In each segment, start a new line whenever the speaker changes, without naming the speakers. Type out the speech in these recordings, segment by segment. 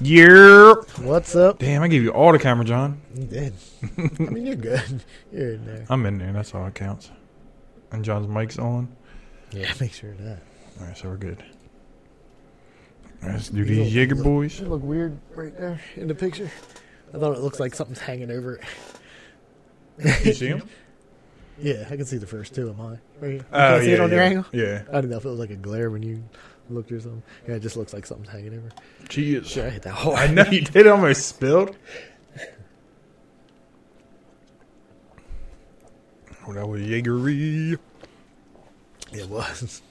Yeah.
What's up?
Damn, I gave you all the camera, John.
You did. I mean, you're good. You're in there.
I'm in there. That's all that counts. And John's mic's on.
Yeah, make sure of that.
All right, so we're good. Let's do these Jaeger boys.
It look weird right there in the picture. I thought it looks like something's hanging over it.
You see them?
Yeah, I can see the first two of mine. Right here. You
Oh,
can't see it
yeah,
on your
yeah.
angle?
Yeah.
I don't know if it was like a glare when you looked or something. Yeah, it just looks like something's hanging over.
Cheers.
Sure, I hit that hard.
I know you did. I almost spilled. Oh, that was Jaegery.
It was.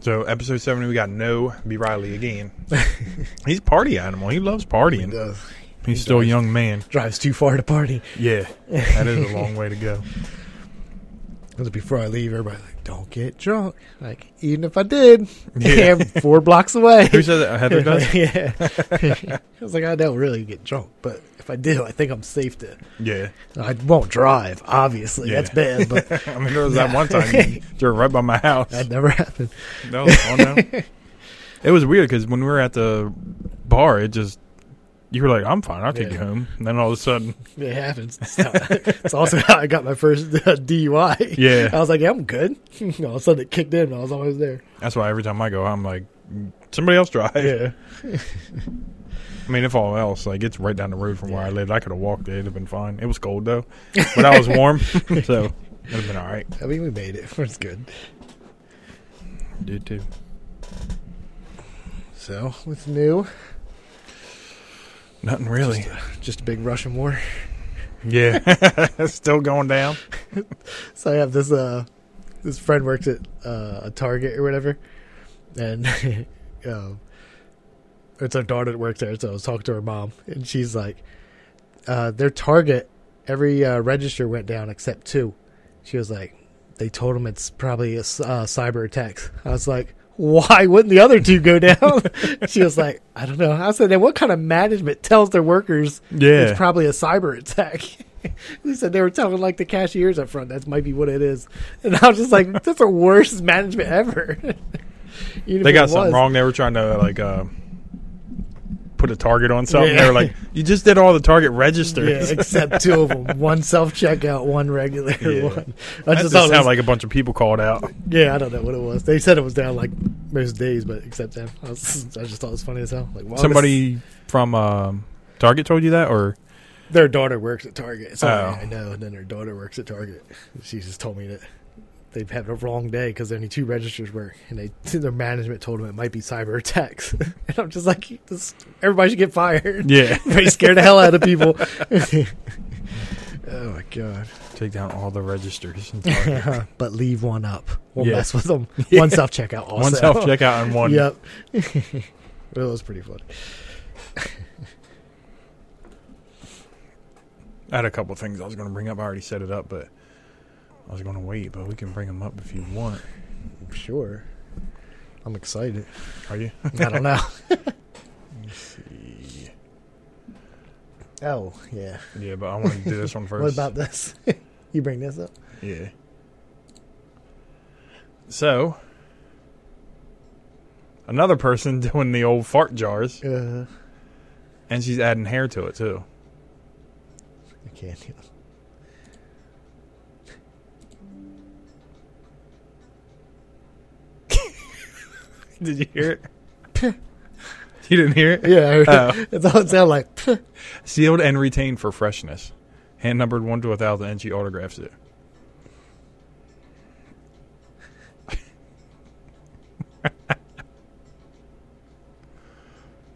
So, episode 70, we got no B. Riley again. He's a party animal. He loves partying.
does.
He's still a young man.
Drives too far to party.
Yeah, that is a long way to go.
Because before I leave, everybody's like, don't get drunk. Like, even if I did,
Yeah.
yeah, four blocks away.
Who said that? Heather does?
yeah. I was like, I don't really get drunk, but if I do, I think I'm safe to.
Yeah.
I won't drive, obviously.
Yeah.
That's bad, but
I mean, there was that one time you drove right by my house.
that never happened.
That was fun, though. It was weird because when we were at the bar, it just, you were like, I'm fine. I'll take
Yeah.
you home. And then all of a sudden,
It happens. It's, not- it's also how I got my first uh, DUI.
Yeah.
I was like, yeah, I'm good. all of a sudden it kicked in, and I was always there.
That's why every time I go, I'm like, somebody else drive.
Yeah.
I mean, if all else, like it's right down the road from where I
Yeah.
lived. I could have walked it; it'd have been fine. It was cold though, but I was warm, so it'd have been all right.
I mean, we made it. It's good.
Did too.
So, what's new?
Nothing really.
Just a big Russian war.
yeah, still going down.
So I have this uh this friend works at uh, a Target or whatever, and um, it's her daughter that works there. So I was talking to her mom, and she's like, uh, "Their Target every uh, register went down except two. She was like, "They told them it's probably a s- uh, cyber attacks." I was like. Why wouldn't the other two go down? she was like, I don't know. I said, then what kind of management tells their workers
Yeah.
it's probably a cyber attack. they said they were telling like the cashiers up front that might be what it is, and I was just like, that's the worst management ever. Even if
They
it
got something
was.
wrong. They were trying to like uh, put a target on something.
Yeah.
They were like, "You just did all the target
Yeah,
registers."
except two of them: one self checkout, one regular
Yeah.
one. I
that
just
just
thought it
sounded
was-
like a bunch of people called out.
yeah, I don't know what it was. They said it was down like most days, but except them. I, was, I just thought it was funny as hell. Like why would
Somebody from um, Target told you that, or
their daughter works at Target. So
Oh.
I know. And then her daughter works at Target. She just told me that they've had a wrong day because only two registers work, and they their management told them it might be cyber attacks. and I'm just like, this, everybody should get fired.
yeah,
They scare the hell out of people. oh my god!
take down all the registers. In Target.
but leave one up. We'll
Yeah.
mess with them. One self checkout. Also.
One self checkout and one.
Yep. it was pretty funny.
I had a couple of things I was going to bring up. I already set it up, but I was going to wait. But we can bring them up if you want.
Sure. I'm excited.
Are you?
I don't know.
Let's see.
Oh yeah.
Yeah, but I want to do this one first.
What about this? you bring this up?
Yeah. So, another person doing the old fart jars,
Uh,
and she's adding hair to it too.
I can't. do it.
Did you hear it? you didn't hear it.
Yeah, I heard
Oh.
it. it's all it sounded like. "Pff."
Sealed and retained for freshness. Hand numbered one to a thousand, and she autographs it.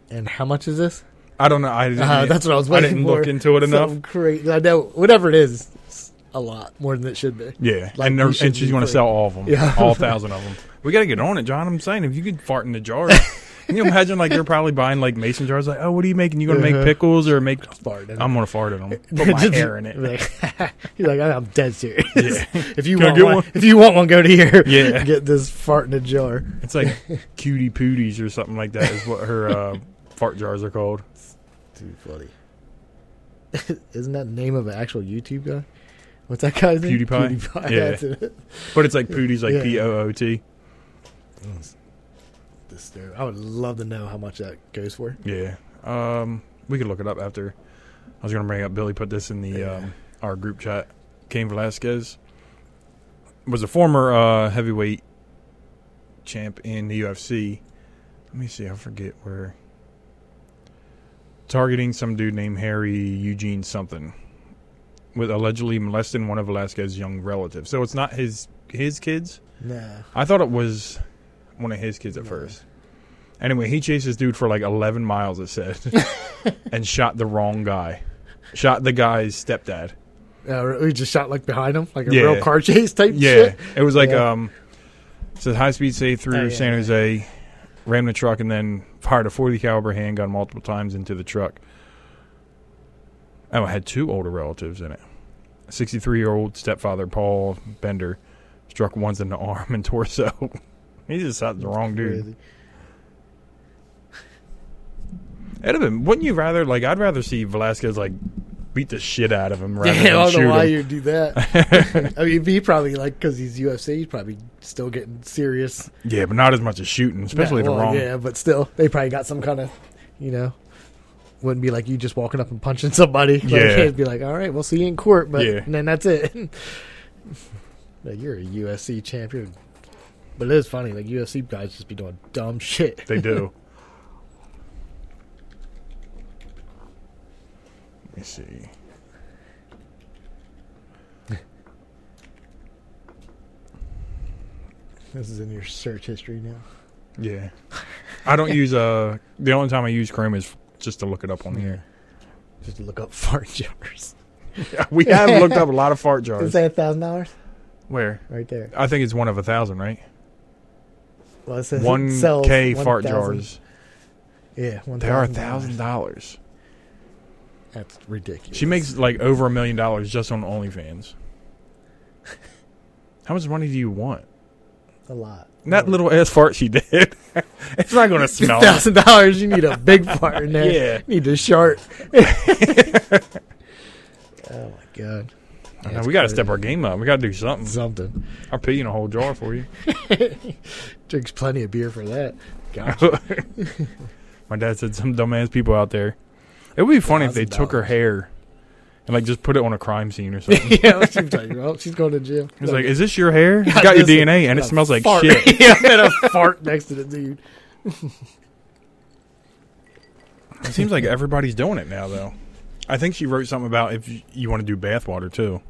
And how much is this?
I don't know. I didn't, e-
Uh, that's what I was
Uh-huh, I
waiting
didn't
for.
look into it enough.
Something cra- I know whatever it is, it's a lot more than it should be.
Yeah,
Like,
and,
we
they're-
should
and she's
be
going to
free.
sell all of them,
Yeah.
all thousand of them. We got to get on it, John. I'm saying, if you could fart in the jar, can you imagine like they're probably buying like mason jars? Like, oh, what are you making? You going to make
Uh-huh.
pickles or make?
Fart in it.
I'm going to fart in them. Put my
Just-
hair in it.
Like, he's like, I'm dead serious.
Yeah.
If you
Can I
want
get
one,
one?
if you want one, go to here.
Yeah.
get this fart in a jar.
It's like cutie pooties or something like that is what her uh, fart jars are called.
Too funny. Isn't that the name of an actual YouTube guy? What's that guy's name?
PewDiePie?
PewDiePie.
Yeah.
That's it.
But it's like pooties, like
Yeah.
P O O T.
Disturbing. I would love to know how much that goes for.
Yeah, Um, we could look it up after. I was going to bring up Billy put this in the um, our group chat. Cain Velasquez was a former uh, heavyweight champ in the UFC. Let me see. I forget where. Targeting some dude named Harry Eugene something, with allegedly molesting one of Velasquez's young relatives. So it's not his his kids.
Nah.
I thought it was one of his kids at
No.
first. Anyway, he chased this dude for like 11 miles, it said, and shot the wrong guy. Shot the guy's stepdad.
Uh, we just shot like behind him, like a
Yeah.
real car chase type
Yeah.
shit.
It was like,
Yeah.
um, it says high speed say through
Oh, yeah,
San
yeah.
Jose, ran the truck, and then fired a 40 caliber handgun multiple times into the truck. Oh, it had two older relatives in it. 63 year old stepfather Paul Bender struck once in the arm and torso. he just shot the wrong dude.
Crazy.
It'd have been. Wouldn't you rather? Like, I'd rather see Velasquez like beat the shit out of him rather
Yeah, I
than
don't know
shoot
why
him.
you'd do that. I mean, he probably like because he's UFC, he's probably still getting serious.
yeah, but not as much as shooting, especially
Yeah,
the
well,
wrong.
Yeah, but still, they probably got some kind of, you know, wouldn't be like you just walking up and punching somebody. Like,
Yeah.
it'd be like, all right, we'll see you in court, but
Yeah.
and then that's it. Like, you're a UFC champion, but it is funny. Like UFC guys just be doing dumb shit.
They do. Let me see.
This is in your search history now.
Yeah, I don't use uh. The only time I use Chrome is just to look it up on the air.
Just look up fart jars.
Yeah, we have looked up a lot of fart
Is
jars.
that a thousand dollars
Where
right there?
I think it's one of a thousand, right?
Well, it says it
One
sells
K fart
1,000.
jars.
Yeah, one
They are a thousand dollars.
That's ridiculous.
She makes like over a million dollars just on OnlyFans. How much money do you want?
a lot.
And That little ass fart she did. it's not going to smell.
thousand dollars. You need a big fart in there.
Yeah.
You need a shark. oh my god,
I know, we got to step our game up. We got to do something.
something.
I'll pee in a whole jar for you.
Drinks plenty of beer for that. God,
My dad said some dumbass people out there. It would be funny if they took her
$1,000.
hair and like just put it on a crime scene or something.
yeah, what you talking about? She's going to jail.
It's like, is this your hair? It's got your
Listen,
DNA and it smells like
fart.
shit.
yeah, I'm gonna fart next to the dude.
It seems like everybody's doing it now, though. I think she wrote something about if you- you want to do bathwater too.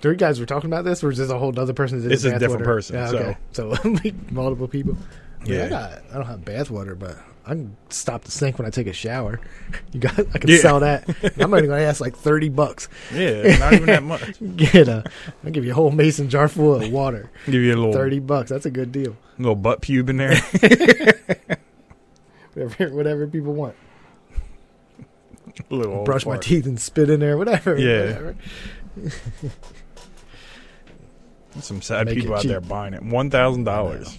Three guys were talking about this, or is this a whole other person? that did
This is a
bath
different
water?
person,
Yeah, okay. So, we- multiple people. Yeah, I, got, I don't have bath water, but I can stop the sink when I take a shower. You got, I can
Yeah.
sell that. I'm only gonna ask like thirty bucks.
Yeah, not even that much.
Get a, I'll give you a whole mason jar full of water.
Give you a little
Thirty bucks. That's a good deal.
little butt pube in there.
Whatever, whatever people want.
little old
Brush my
fart.
teeth and spit in there. Whatever.
Yeah.
Whatever.
Some sad
Make
people
it
out there
cheap.
buying it. One thousand dollars.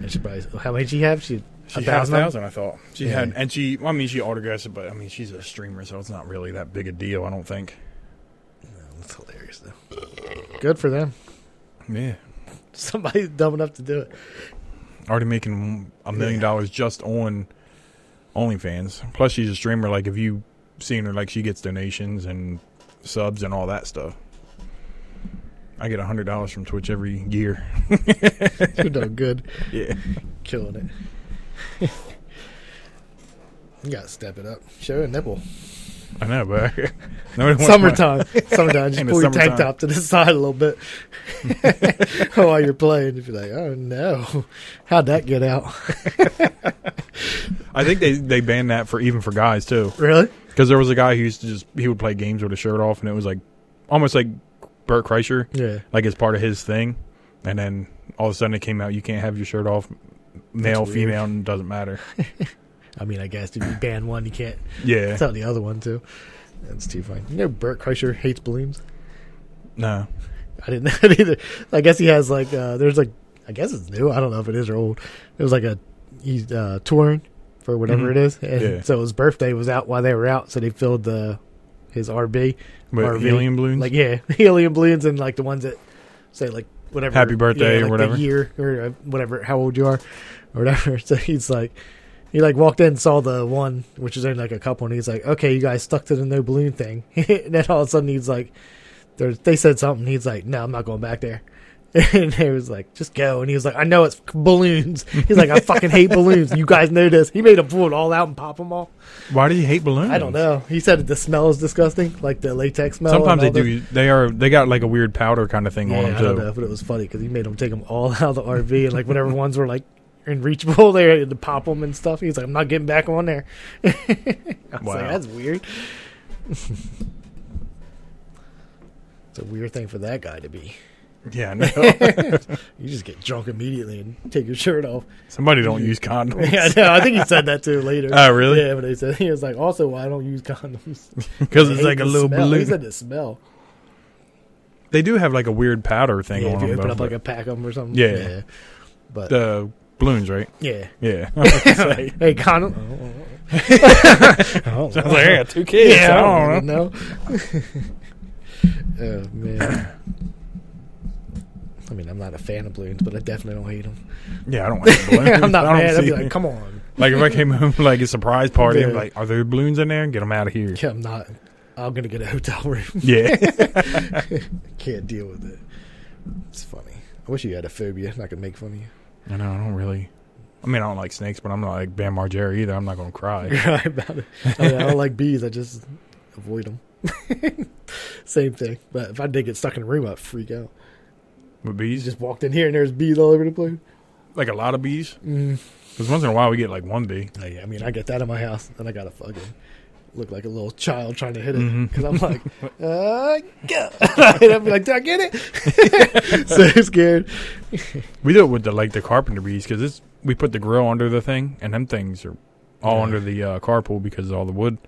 And she probably, how many did she have? She
She had a thousand. I thought she
Yeah.
had, and she. well, I mean, she autographed it, but I mean, she's a streamer, so it's not really that big a deal. I don't think.
oh, That's hilarious though. Good for them.
Yeah,
Somebody's dumb enough to do it.
already making a million
Yeah.
dollars just on OnlyFans. Plus, she's a streamer. Like, if you seen her, like she gets donations and subs and all that stuff. I get a hundred dollars from Twitch every year.
You're doing good.
Yeah.
Killing it. you gotta step it up. Show a nipple.
I know, but nobody wants my-
Summertime. summertime. Just
In the
pull your tank
summertime.
top to the side a little bit while you're playing. If you're like, oh no, how'd that get out?
I think they they banned that for even for guys too.
really?
Because there was a guy who used to just he would play games with his shirt off, and it was like almost like Bert Kreischer,
Yeah.
like it's part of his thing. And then all of a sudden it came out, you can't have your shirt off, male,
weird.
female, and doesn't matter.
I mean, I guess if you ban one, you can't
Yeah,
tell the other one too. That's too funny. You know, Bert Kreischer hates balloons.
no,
I didn't know it either. I guess he has like uh, there's like I guess it's new. I don't know if it is or old. It was like a he's uh, touring for whatever
Mhm.
it is, and
Yeah.
so his birthday was out while they were out, so they filled the his RB
but
RV.
helium balloons.
like yeah helium balloons and like the ones that say like whatever
Happy birthday or
like the
whatever.
year or uh, whatever how old you are or whatever. So he's like He like walked in, saw the one, which is only like a couple, and he's like, "Okay, you guys stuck to the no balloon thing." and then all of a sudden, he's like, there- "They said something." He's like, "No, I'm not going back there." And they was like, "Just go." And he was like, "I know it's balloons." He's like, "I fucking hate balloons." You guys know this. He made him pull it all out and pop them all.
Why do you hate balloons?
I don't know. He said that the smell is disgusting, like the latex smell. and
Sometimes they
all
do.
this.
They are. They got like a weird powder kind of thing on
Yeah,
them
I don't
too.
know, but it was funny because he made them take them all out of the RV, and like whenever ones were like unreachable, they had to pop them and stuff. He's like, "I'm not getting back on there." I was
Wow.
like, "That's weird." it's a weird thing for that guy to be.
Yeah, I know.
You just get drunk immediately and take your shirt off.
somebody don't use condoms.
Yeah, I know. I think he said that too later.
Oh, really?
Yeah, but he said he was like, "Also, why I don't use condoms?"
because
I
it's
hate
like a
the
little
smell. He
balloon.
said the smell.
they do have like a weird powder thing
Yeah,
on
if you
them.
open
though,
up like a pack of them or something.
Yeah.
But
but the balloons, right?
yeah.
Yeah. I was like,
Hey, condom. Oh, oh, oh.
I was like, I got two kids. I don't know.
know. oh man. I mean, I'm not a fan of balloons, but I definitely don't hate them.
Yeah, I don't like balloons.
I'm not
I don't
mad. I'd
see-
be like, come on.
Like, if I came home like a surprise party, I'm
Yeah.
like, are there balloons in there? Get them out of here.
Yeah, I'm not. I'm gonna get a hotel room.
Yeah.
Can't deal with it. It's funny. I wish you had a phobia, and I could make fun of you.
I know. I don't really. I mean, I don't like snakes, but I'm not like Bam Margera either. I'm not gonna cry.
Right about it. I, mean, I don't like bees. I just avoid them. Same thing. But if I did get stuck in a room, I'd freak out.
With
You
bees,
just walked in here and there's bees all over the place.
like a lot of bees,
Mm.
because once in a while we get like one bee.
Oh, yeah, I mean, I get that in my house, and I gotta fucking look like a little child trying to hit it
Mhm.
because I'm like, uh, go. and I'm like, did I get it? so scared.
We do it with the like the carpenter bees because it's we put the grill under the thing, and them things are all
Yeah.
under the uh, carpool because of all the wood.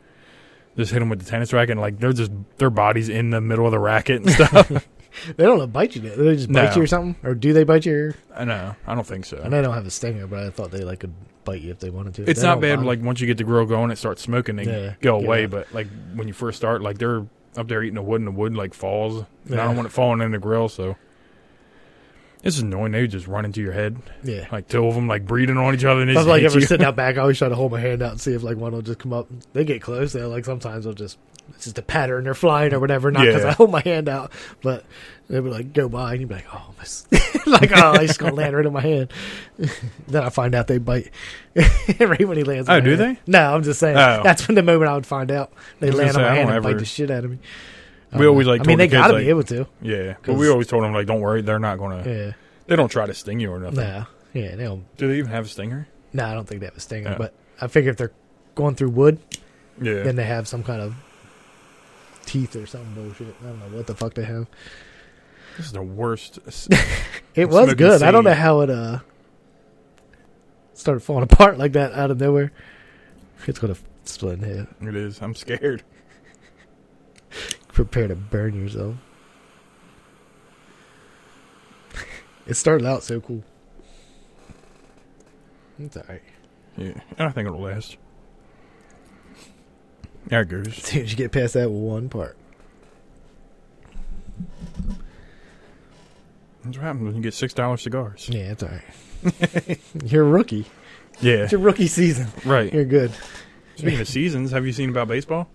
Just hit them with the tennis racket, and like they're just their bodies in the middle of the racket and stuff.
They don't bite you. Do they? they just bite
No.
you or something, or do they bite you?
I know. I don't think so.
I know I don't have a stinger, but I thought they like could bite you if they wanted to.
It's
They
not
don't
bad.
bother.
Like once you get the grill going, it starts smoking. They
Yeah,
go
get
away.
out.
But like when you first start, like they're up there eating the wood, and the wood like falls. And I
Yeah.
don't want it falling in the grill, so it's annoying. They just run into your head.
yeah.
Like two of them, like breathing on each other. And they
That's
just
like
hit
ever
you.
sitting out back. I always try to hold my hand out and see if like one will just come up. They get close. They like sometimes they'll just it's just a pattern they're flying or whatever. Not because
Yeah.
I hold my hand out, but they would like go by and you'd be like, oh, I missed." like oh, I just gonna land right in my hand. then I find out they bite right when he lands. in
Oh,
my
do
hand. No, I'm just saying
Oh.
that's when the moment I would find out they
I was gonna
land on
say,
my
I
hand
don't
and bite
ever-
the shit out of me. I
We
don't
always,
know.
like,
I
told
mean,
the
they gotta
kids,
be
like- "Oh,
able to.
yeah, but
'Cause-
we always told them like, don't worry, they're not gonna.
Yeah.
They don't try to sting you or nothing.
No. Yeah. They don't.
Do they even have a stinger?
No, I don't think they have a stinger.
Yeah.
But I figure if they're going through wood,
Yeah.
then they have some kind of teeth or some bullshit. I don't know what the fuck they have.
this is the worst. s-
It
I'm
was
smoking
good. I don't
seed.
know how it uh started falling apart like that out of nowhere. It's gonna split in half.
it is. I'm scared.
Prepare to burn yourself. it started out so cool. It's alright.
Yeah, and I think it'll last. There it goes.
Dude, you get past that one part.
That's what happens when you get six dollar cigars.
Yeah, it's alright. You're a rookie.
Yeah,
It's your rookie season.
right.
You're good.
Speaking of seasons, have you seen about baseball?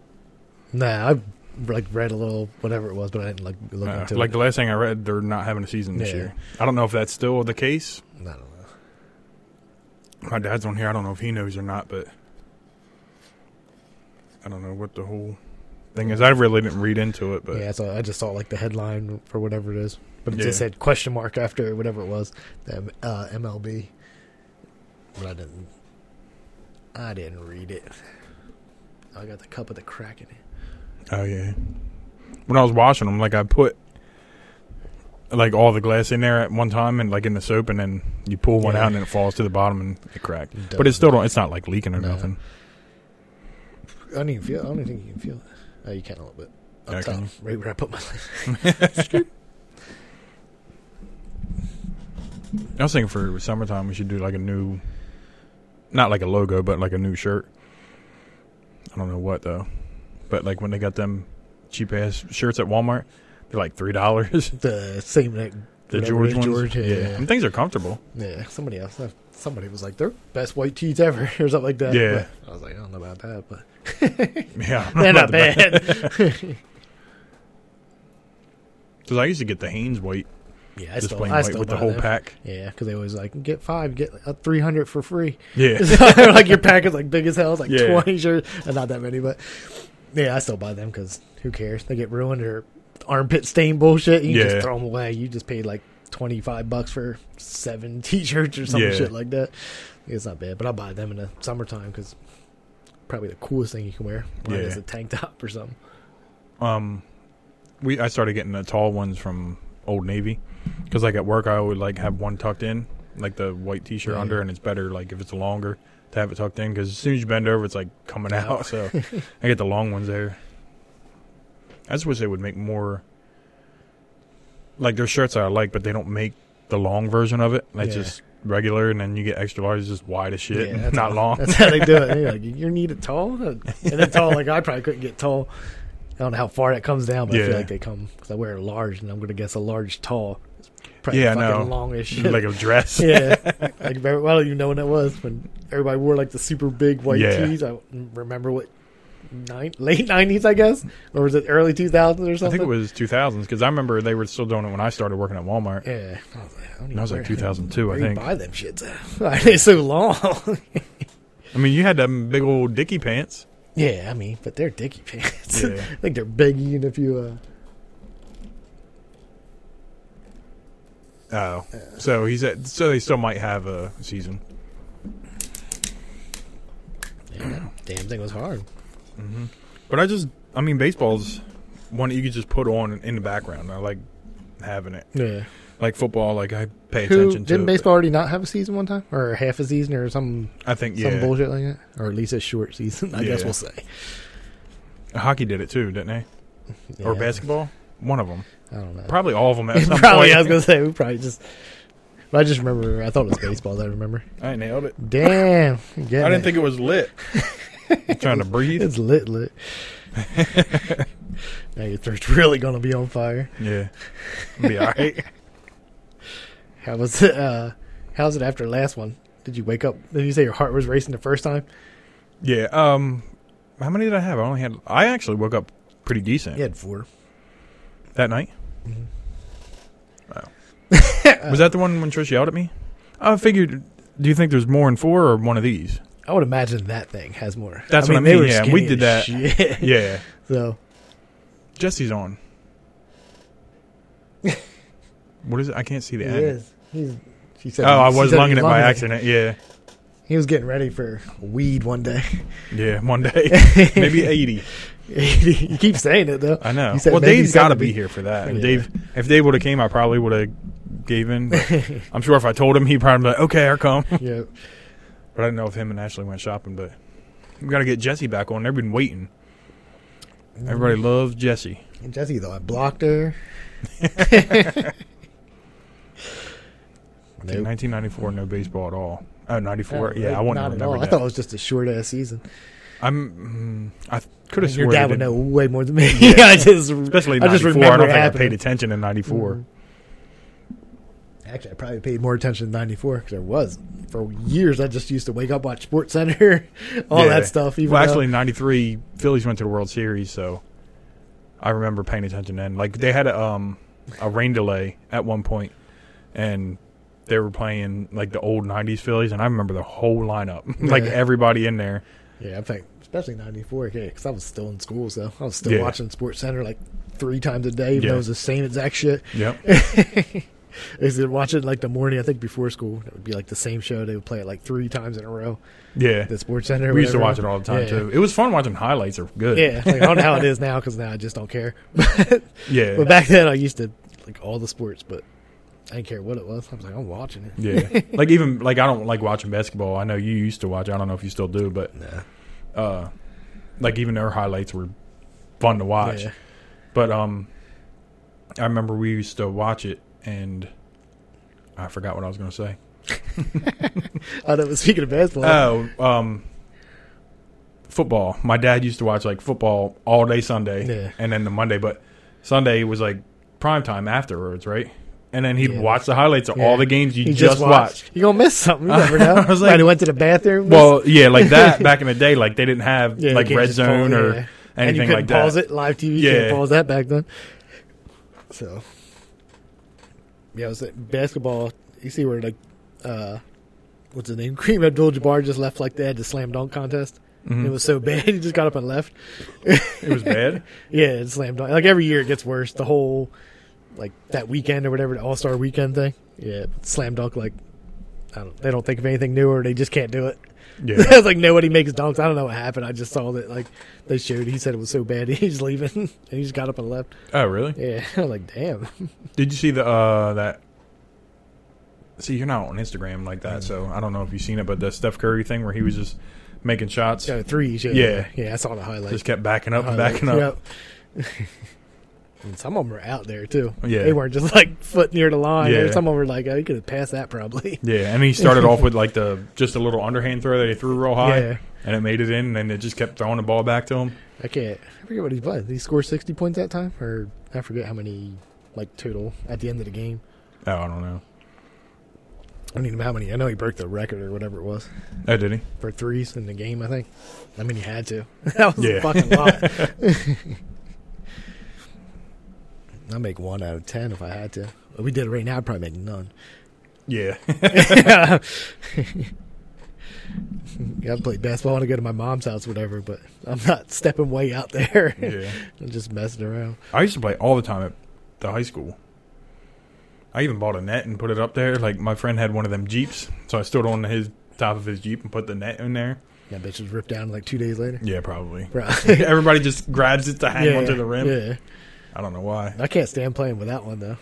Nah, I like read a little whatever it was, but I didn't like look
Uh,
into
like
it.
the last thing I read, they're not having a season this
Yeah.
year. I don't know if that's still the case.
I don't know.
My dad's on here. I don't know if he knows or not, but I don't know what the whole thing is. I really didn't read into it, but
yeah, so I just saw like the headline for whatever it is, but it
Yeah.
just said question mark after whatever it was, the M- uh, MLB. But I didn't. I didn't read it. I got the cup with the crack in it.
oh yeah. When I was washing them, like I put like all the glass in there at one time, and like in the soap, and then you pull one
Yeah.
out, and then it falls to the bottom, and it cracked.
It
But
does.
it's still don't. It's not like leaking or
No.
nothing.
I don't even feel. I don't even think you can feel it. Oh, you can a little bit. Up
Yeah, I
top,
can.
right where I put my.
I was thinking for summertime we should do like a new, not like a logo, but like a new shirt. I don't know what though, but like when they got them cheap ass shirts at Walmart, they're like three dollars.
the same like
The
whatever it
George
is,
ones.
George, yeah, yeah.
Them things are comfortable.
Yeah, somebody else. uh, Somebody was like, "They're best white tees ever," or something like that.
Yeah.
But I was like, I don't know about that, but
Yeah,
they're not bad.
Because I used to get the Hanes white,
yeah, I
just
still,
plain
I
white
still
with the
buy
whole
them.
pack.
Yeah, because they always like get five, get a three hundred for free.
Yeah,
like your pack is like big as hell, it's like
Yeah.
twenty shirts, and not that many, but yeah, I still buy them because who cares? They get ruined or armpit stain bullshit. You
Yeah.
just throw them away. You just paid like twenty five bucks for seven t-shirts or some
Yeah.
shit like that. It's not bad, but I buy them in the summertime because probably the coolest thing you can wear. Mine
Yeah.
is a tank top or something.
um, we I started getting the tall ones from Old Navy because like at work I would like have one tucked in, like the white T-shirt
Yeah.
under, and it's better like if it's longer to have it tucked in because as soon as you bend over, it's like coming
Out.
out. So I get the long ones there. I just wish they would make more. Like there's shirts that I like, but they don't make the long version of it. Like
Yeah.
just regular, and then you get extra large, it's just wide as shit,
Yeah, that's
not
how-
long.
That's how they do it. They're like, you need it tall, and then tall. Like I probably couldn't get tall. I don't know how far that comes down, but I feel
Yeah.
like they come because I wear a large, and I'm gonna guess a large tall. It's Probably
Yeah, I
fucking
know.
long as shit.
like a dress.
yeah, like remember, I don't even know when that was when everybody wore like the super big white
Yeah.
tees. I don't remember what nine, late nineties, I guess, or was it early two thousands or something?
I think it was 2000s because I remember they were still doing it when I started working at Walmart.
Yeah, I was like, I don't
And I was
even
like
wear-
2002,
where
I
you
think.
buy them shits. at? They're so long.
I mean, you had them big old dicky pants.
Yeah, I mean, but they're dicky pants.
Yeah.
I think they're big even if you uh
Oh, so he's at, so they still might have a season.
yeah, that damn thing was hard.
But I just, I mean, baseball's one that you could just put on in the background. I like having it.
Yeah.
Like football, like I pay
Who
attention to.
didn't
it,
baseball already not have a season one time? Or half a season or some
but I think
some
yeah,
bullshit like that? Or at least a short season, I guess
Yeah.
we'll say.
hockey did it too, didn't they? Or
Yeah,
basketball? One of them,
I don't know.
probably all of them at some
probably
point.
I was gonna say we probably just but I just remember I thought it was baseball that I remember.
I nailed it.
Damn. I
I didn't think it was lit. trying to breathe.
it's lit lit. now your thirst's really gonna be on fire.
Yeah, be all right.
How was it? Uh, how was it after the last one? Did you wake up? Did you say your heart was racing the first time?
Yeah. Um, how many did I have? I only had. I actually woke up pretty decent
You had four.
that night.
Mm-hmm.
Wow. Was that the one when Trish yelled at me? I figured. Do you think there's more in four or one of these?
I would imagine that thing has more.
That's what I
they
mean,
were
yeah, we
skinny
did that.
as shit.
Yeah.
So
Jesse's on. what is it? I can't see the
he
end.
is. He's. She
Oh,
said.
I
she
was
said
lunging it
he
by
lunged
accident. Yeah.
He was getting ready for weed one day.
Yeah. One day, maybe eighty.
you keep saying it though.
I know.
You said
well,
maybe
Dave's
something
got to
to
be
be-
here for that. If
Yeah.
Dave, if Dave would have came, I probably would have gave in. but I'm sure if I told him, he probably be like, okay, I'll come.
Yeah.
But I didn't know if him and Ashley went shopping. But we got to get Jesse back on. They've been waiting. Everybody
Mm-hmm.
loves Jesse.
And Jesse though, I blocked her.
Okay,
Nope.
1994, no baseball at all. Oh, 94.
Uh,
yeah, I wouldn't
not
have
at all.
remembered
I
that.
thought it was just a short ass season.
I'm. mm, I could have
Your
sworn. they
dad
did-
would know way more than me. I just
Especially in
I just
94. I,
remember Mm-hmm.
don't think
it
I
happening.
paid attention in 94.
Actually, I probably paid more attention to '94 because there was for years. I just used to wake up, watch Sports Center, all
Yeah.
that stuff. Even
well,
though-
actually, in '93, Phillies went to the World Series, so I remember paying attention then. Like they had a um, a rain delay at one point, and they were playing like the old '90s Phillies, and I remember the whole lineup, like
Yeah.
everybody in there.
yeah, I think especially '94 because I was still in school, so I was still
Yeah.
watching Sports Center like three times a day. Even
Yeah.
though it was the same exact shit.
Yep.
I used to watch it like the morning. I think before school, it would be like the same show. They would play it like three times in a row.
Yeah.
The Sports Center. or
We used to
whatever.
watch it all the time
Yeah.
too. It was fun watching highlights. Are good.
Yeah, like, I don't know how it is now because now I just don't care.
Yeah.
But back then, I used to like all the sports, but I didn't care what it was. I was like, I'm watching it.
yeah. Like even like I don't like watching basketball. I know you used to watch. I don't know if you still do, but
Nah.
uh, like even their highlights were fun to watch.
Yeah.
But um, I remember we used to watch it, and I forgot what I was going to say.
I know. but Speaking of basketball,
Oh, um, football. My dad used to watch like football all day Sunday,
Yeah.
and then the Monday. But Sunday was like prime time afterwards, right? and then he'd
Yeah.
watch the highlights of
Yeah.
all the games you
You
just, watched.
You're gonna miss something. You never know.
I was like-
Might have went to the bathroom.
Well, yeah, like that back in the day, like they didn't have
Yeah, you
like
can't
red
just pause
zone
it,
or
yeah. and you
anything
couldn't
like that.
pause it live TV. You
Yeah.
can't pause that back then. So, yeah, it was like basketball. You see where like, uh, what's his name? Kareem Abdul-Jabbar just left like they had the slam dunk contest.
Mhm.
It was so bad he just got up and left.
It was bad.
Yeah, it's slam dunk. Like every year it gets worse. The whole like that weekend or whatever, the All Star weekend thing. Yeah, slam dunk. Like I don't. They don't think of anything new, or they just can't do it.
Yeah,
I was like, nobody makes dunks. I don't know what happened. I just saw that like they showed. He said it was so bad he's leaving, and he just got up and left.
Oh, really?
Yeah, I was like, damn.
Did you see the uh that? See, you're not on Instagram like
Mm.
that, so I don't know if you've seen it, but the Steph Curry thing where he was just making shots,
So threes. Yeah,
Yeah.
yeah. I saw the highlights.
just kept backing up and
Highlights,
backing up.
yep. and some of them were out there too.
Yeah.
they weren't just like foot near the line.
Yeah.
Or some of them were like, oh, you could have passed that probably.
Yeah, and he started off with like the just a little underhand throw that he threw real high,
Yeah.
and it made it in, and then it just kept throwing the ball back to him.
I can't. I forget what he played. Did he score sixty points that time, or I forget how many like total at the end of the game.
Oh, I don't know.
I don't even know how many. I know he broke the record or whatever it was.
Oh, did he?
for threes in the game. I think. I mean, he had to. that was
Yeah.
a fucking lot. I make one out of ten if I had to. If we did it right now, I'd probably make none.
Yeah,
yeah, I play basketball. I want to go to my mom's house, whatever. But I'm not stepping way out there.
yeah.
I'm just messing around.
I used to play all the time at the high school. I even bought a net and put it up there. Like my friend had one of them jeeps, so I stood on his top of his jeep and put the net in there.
That bitch was ripped down like two days later.
Yeah, probably.
Bro.
Everybody just grabs it to hang
Yeah,
onto the rim.
Yeah,
I don't know why.
I can't stand playing with that one though.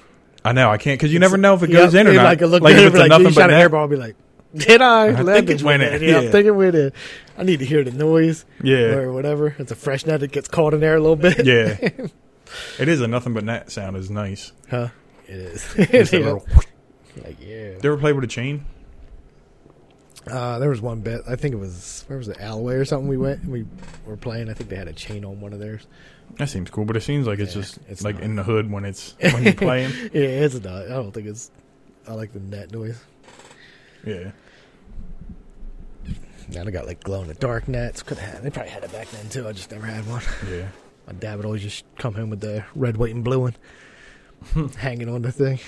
I know I can't because you never know if it
Yeah,
goes in or
and,
not.
Like, I look good,
if
and be
it's a
like,
nothing
you
but
shot an
net.
airball, I'll be like, did I?
I
That
think
bitch
it went in,
Yeah,
yeah.
I'm thinking with it. I need to hear the noise
Yeah,
or whatever. It's a fresh net that gets caught in there a little bit.
yeah. it is a nothing but net sound is nice.
Huh? It is.
Just a
Yeah.
little-
Like, yeah.
You ever play with a chain?
Uh, there was one bit. I think it was, where was it, Alloway or something we went and we were playing. I think they had a chain on one of theirs.
That seems cool, but it seems like it's
Yeah,
just
it's
like
not.
in the hood when it's when you're playing.
Yeah, it's not. I don't think it's, I like the net noise.
Yeah,
Now they got like glow in the dark nets. Could have had, they probably had it back then too. I just never had one.
yeah.
My dad would always just come home with the red, white, and blue one hanging on the thing.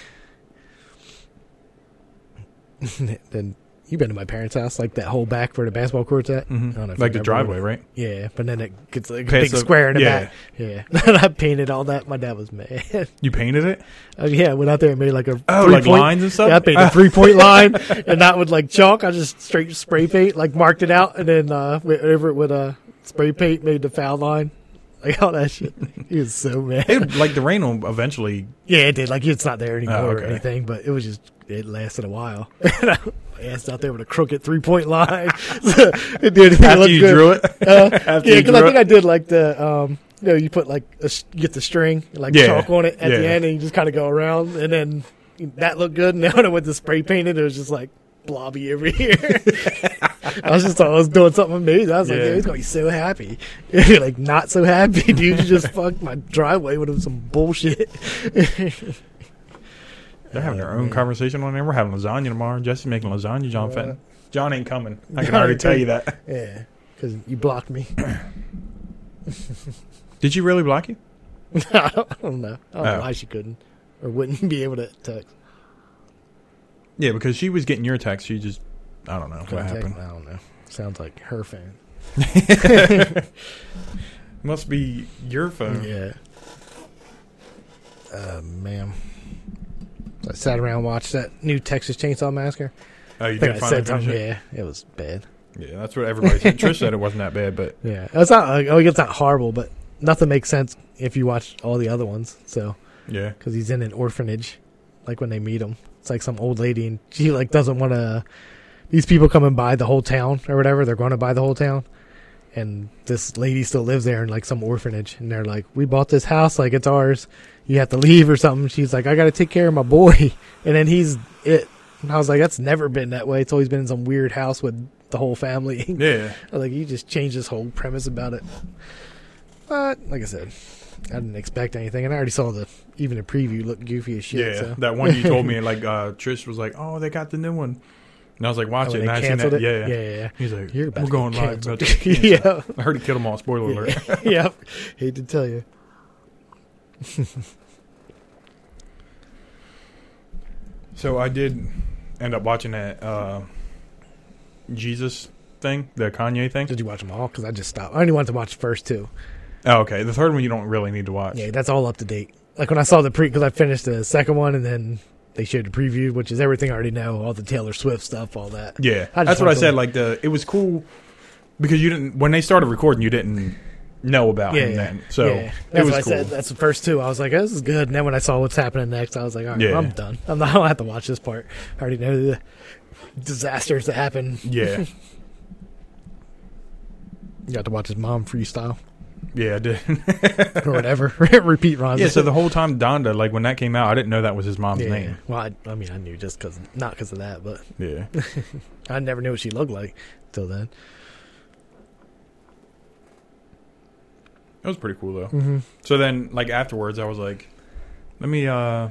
then you've been to my parents' house, like that whole back where the basketball court's at. I don't know
hmm
if
Like
you
the
remember
driveway,
where-
right?
Yeah, but then it gets like a
Pass
big
the-
square in the
yeah.
back. Yeah, and I painted all that. My dad was mad.
You painted it?
Oh, yeah, I went out there and made like a
Oh,
three
like
point.
lines and stuff. Ah,
Yeah, I painted a three point line, and that with like chalk. I just straight spray paint, like marked it out, and then uh, went over it with uh, spray paint, made the foul line, like all that shit. he was so mad.
It, like the rain will eventually.
Yeah, it did. Like it's not there anymore
Oh,
or
okay.
anything, but it was just it lasted a while. and I asked out there with a crooked three point line. so it did. it
After
looked
you
good.
drew it,
Uh,
after
yeah,
you
because I
drew
think
it,
I did like the um, you know, you put like a, s- you get the string like
Yeah,
chalk on it at the
yeah.
end, and you just kind of go around, and then that looked good. And then when I went to spray paint it, it was just like blobby every year. I was just thought I was doing something amazing. I was like,
Yeah.
yeah, he's gonna be so happy. You're like not so happy, dude. You just fucked my driveway with some bullshit.
they're having their
Oh,
own
man.
conversation on there. We're having lasagna tomorrow. Jesse's making lasagna. John
What?
Fenton. John ain't coming. I can
John
already
ain't
tell you
coming.
that.
yeah, because you blocked me.
Did you really block you?
I don't know. I don't
Oh.
know why she couldn't or wouldn't be able to text.
Yeah, because she was getting your text. She just, I don't know what
Couldn't text?
happened.
I don't know. Sounds like her phone.
Must be your phone.
Yeah. Uh, man. I sat around and watched that new Texas Chainsaw Massacre.
Oh, you
I think
did
I
finally
said
finish
something.
it.
Yeah, it was bad.
Yeah, that's what everybody said. Trish said it wasn't that bad, but
Yeah, it's not. Like, oh, it's not horrible, but nothing makes sense if you watch all the other ones. So
yeah,
because he's in an orphanage, like when they meet him, it's like some old lady and she like doesn't want to. These people come and buy the whole town or whatever. They're going to buy the whole town, and this lady still lives there in like some orphanage. And they're like, "We bought this house, like it's ours. You have to leave or something." She's like, "I got to take care of my boy," and then he's it. And I was like, "That's never been that way. It's always been in some weird house with the whole family."
yeah.
I was like, you just changed this whole premise about it. But like I said, I didn't expect anything, and I already saw the even the preview looked goofy as shit.
yeah,
so.
that one you told me. Like uh, Trish was like, "Oh, they got the new one," and I was like, "Watch
Oh,
it." And
when they
I seen
canceled
that.
it.
Yeah, yeah.
yeah, yeah.
He's like,
You're about
"We're
to
going
get
live." About
canceled.
to get canceled.
yeah.
I heard he killed them all. Spoiler alert.
yep. Hate to tell you.
So I did end up watching that uh, Jesus thing, the Kanye thing.
Did you watch them all? Because I just stopped. I only wanted to watch the first two.
Oh, okay. The third one you don't really need to watch.
Yeah, that's all up to date. Like when I saw the pre, because I finished the second one, and then they showed the preview, which is everything I already know, all the Taylor Swift stuff, all that.
Yeah,
I just
that's what I
wanted to-
said. Like the it was cool because you didn't when they started recording, you didn't know about
Yeah,
him
yeah.
then, so
Yeah,
it
that's
was
what
cool.
I said. That's the first two. I was like, oh, this is good. And then when I saw what's happening next, I was like, all right,
Yeah.
I'm done. I'm not, I don't have to watch this part. I already know the disasters that happen.
Yeah,
You got to watch his mom freestyle
yeah, I did.
or whatever. Repeat Ron's.
yeah, so the whole time Donda, like when that came out, I didn't know that was his mom's
Yeah.
name.
Well, I, I mean, I knew just because, not because of that, but
Yeah,
I never knew what she looked like till then.
it was pretty cool though.
Mm-hmm.
So then, like afterwards, I was like, let me. uh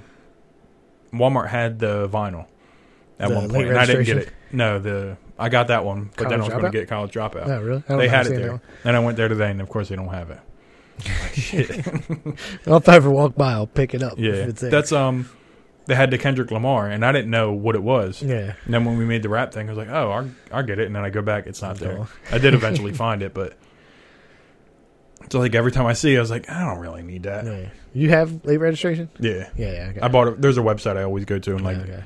Walmart had the vinyl at
The
one
late
point, and I didn't get it.
registration?
No, the I got that one, but then I was
College
going
Dropout?
to get College Dropout.
No, really? I don't
Oh. They
remember
had it
seeing that
there,
one.
and I went there today, and of course they don't have it. Like, shit.
Well, if I ever walk by, I'll pick it up.
Yeah,
if it's there.
that's um, they had the Kendrick Lamar, and I didn't know what it was.
yeah.
And then when we made the rap thing, I was like, oh, I I get it. And then I go back, it's not there.
No.
I did eventually find it, but so like every time I see, it, I was like, I don't really need that. Yeah,
Yeah. You have late registration? Yeah, yeah. Okay.
Uh, I bought it. There's a website I always go to, and like
yeah, okay.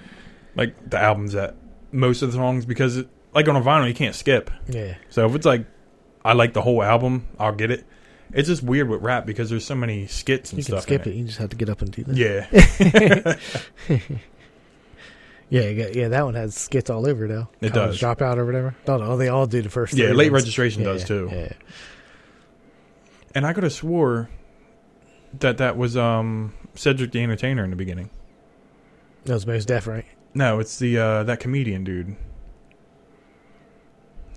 like the albums that most of the songs because it, like on a vinyl you can't skip.
yeah,
So if it's like I like the whole album, I'll get it. It's just weird with rap because there's so many skits and
you can
stuff.
skip
in
it. You just have to get up and do that.
Yeah,
Yeah, you got- yeah, that one has skits all over though.
It does.
Dropout or whatever. No, no, they all do the first.
yeah.
three
Late
ones.
registration does
Yeah,
too.
Yeah,
And I could have swore that that was um, Cedric the Entertainer in the beginning.
that was most deaf, right?
No, it's the uh, that comedian dude.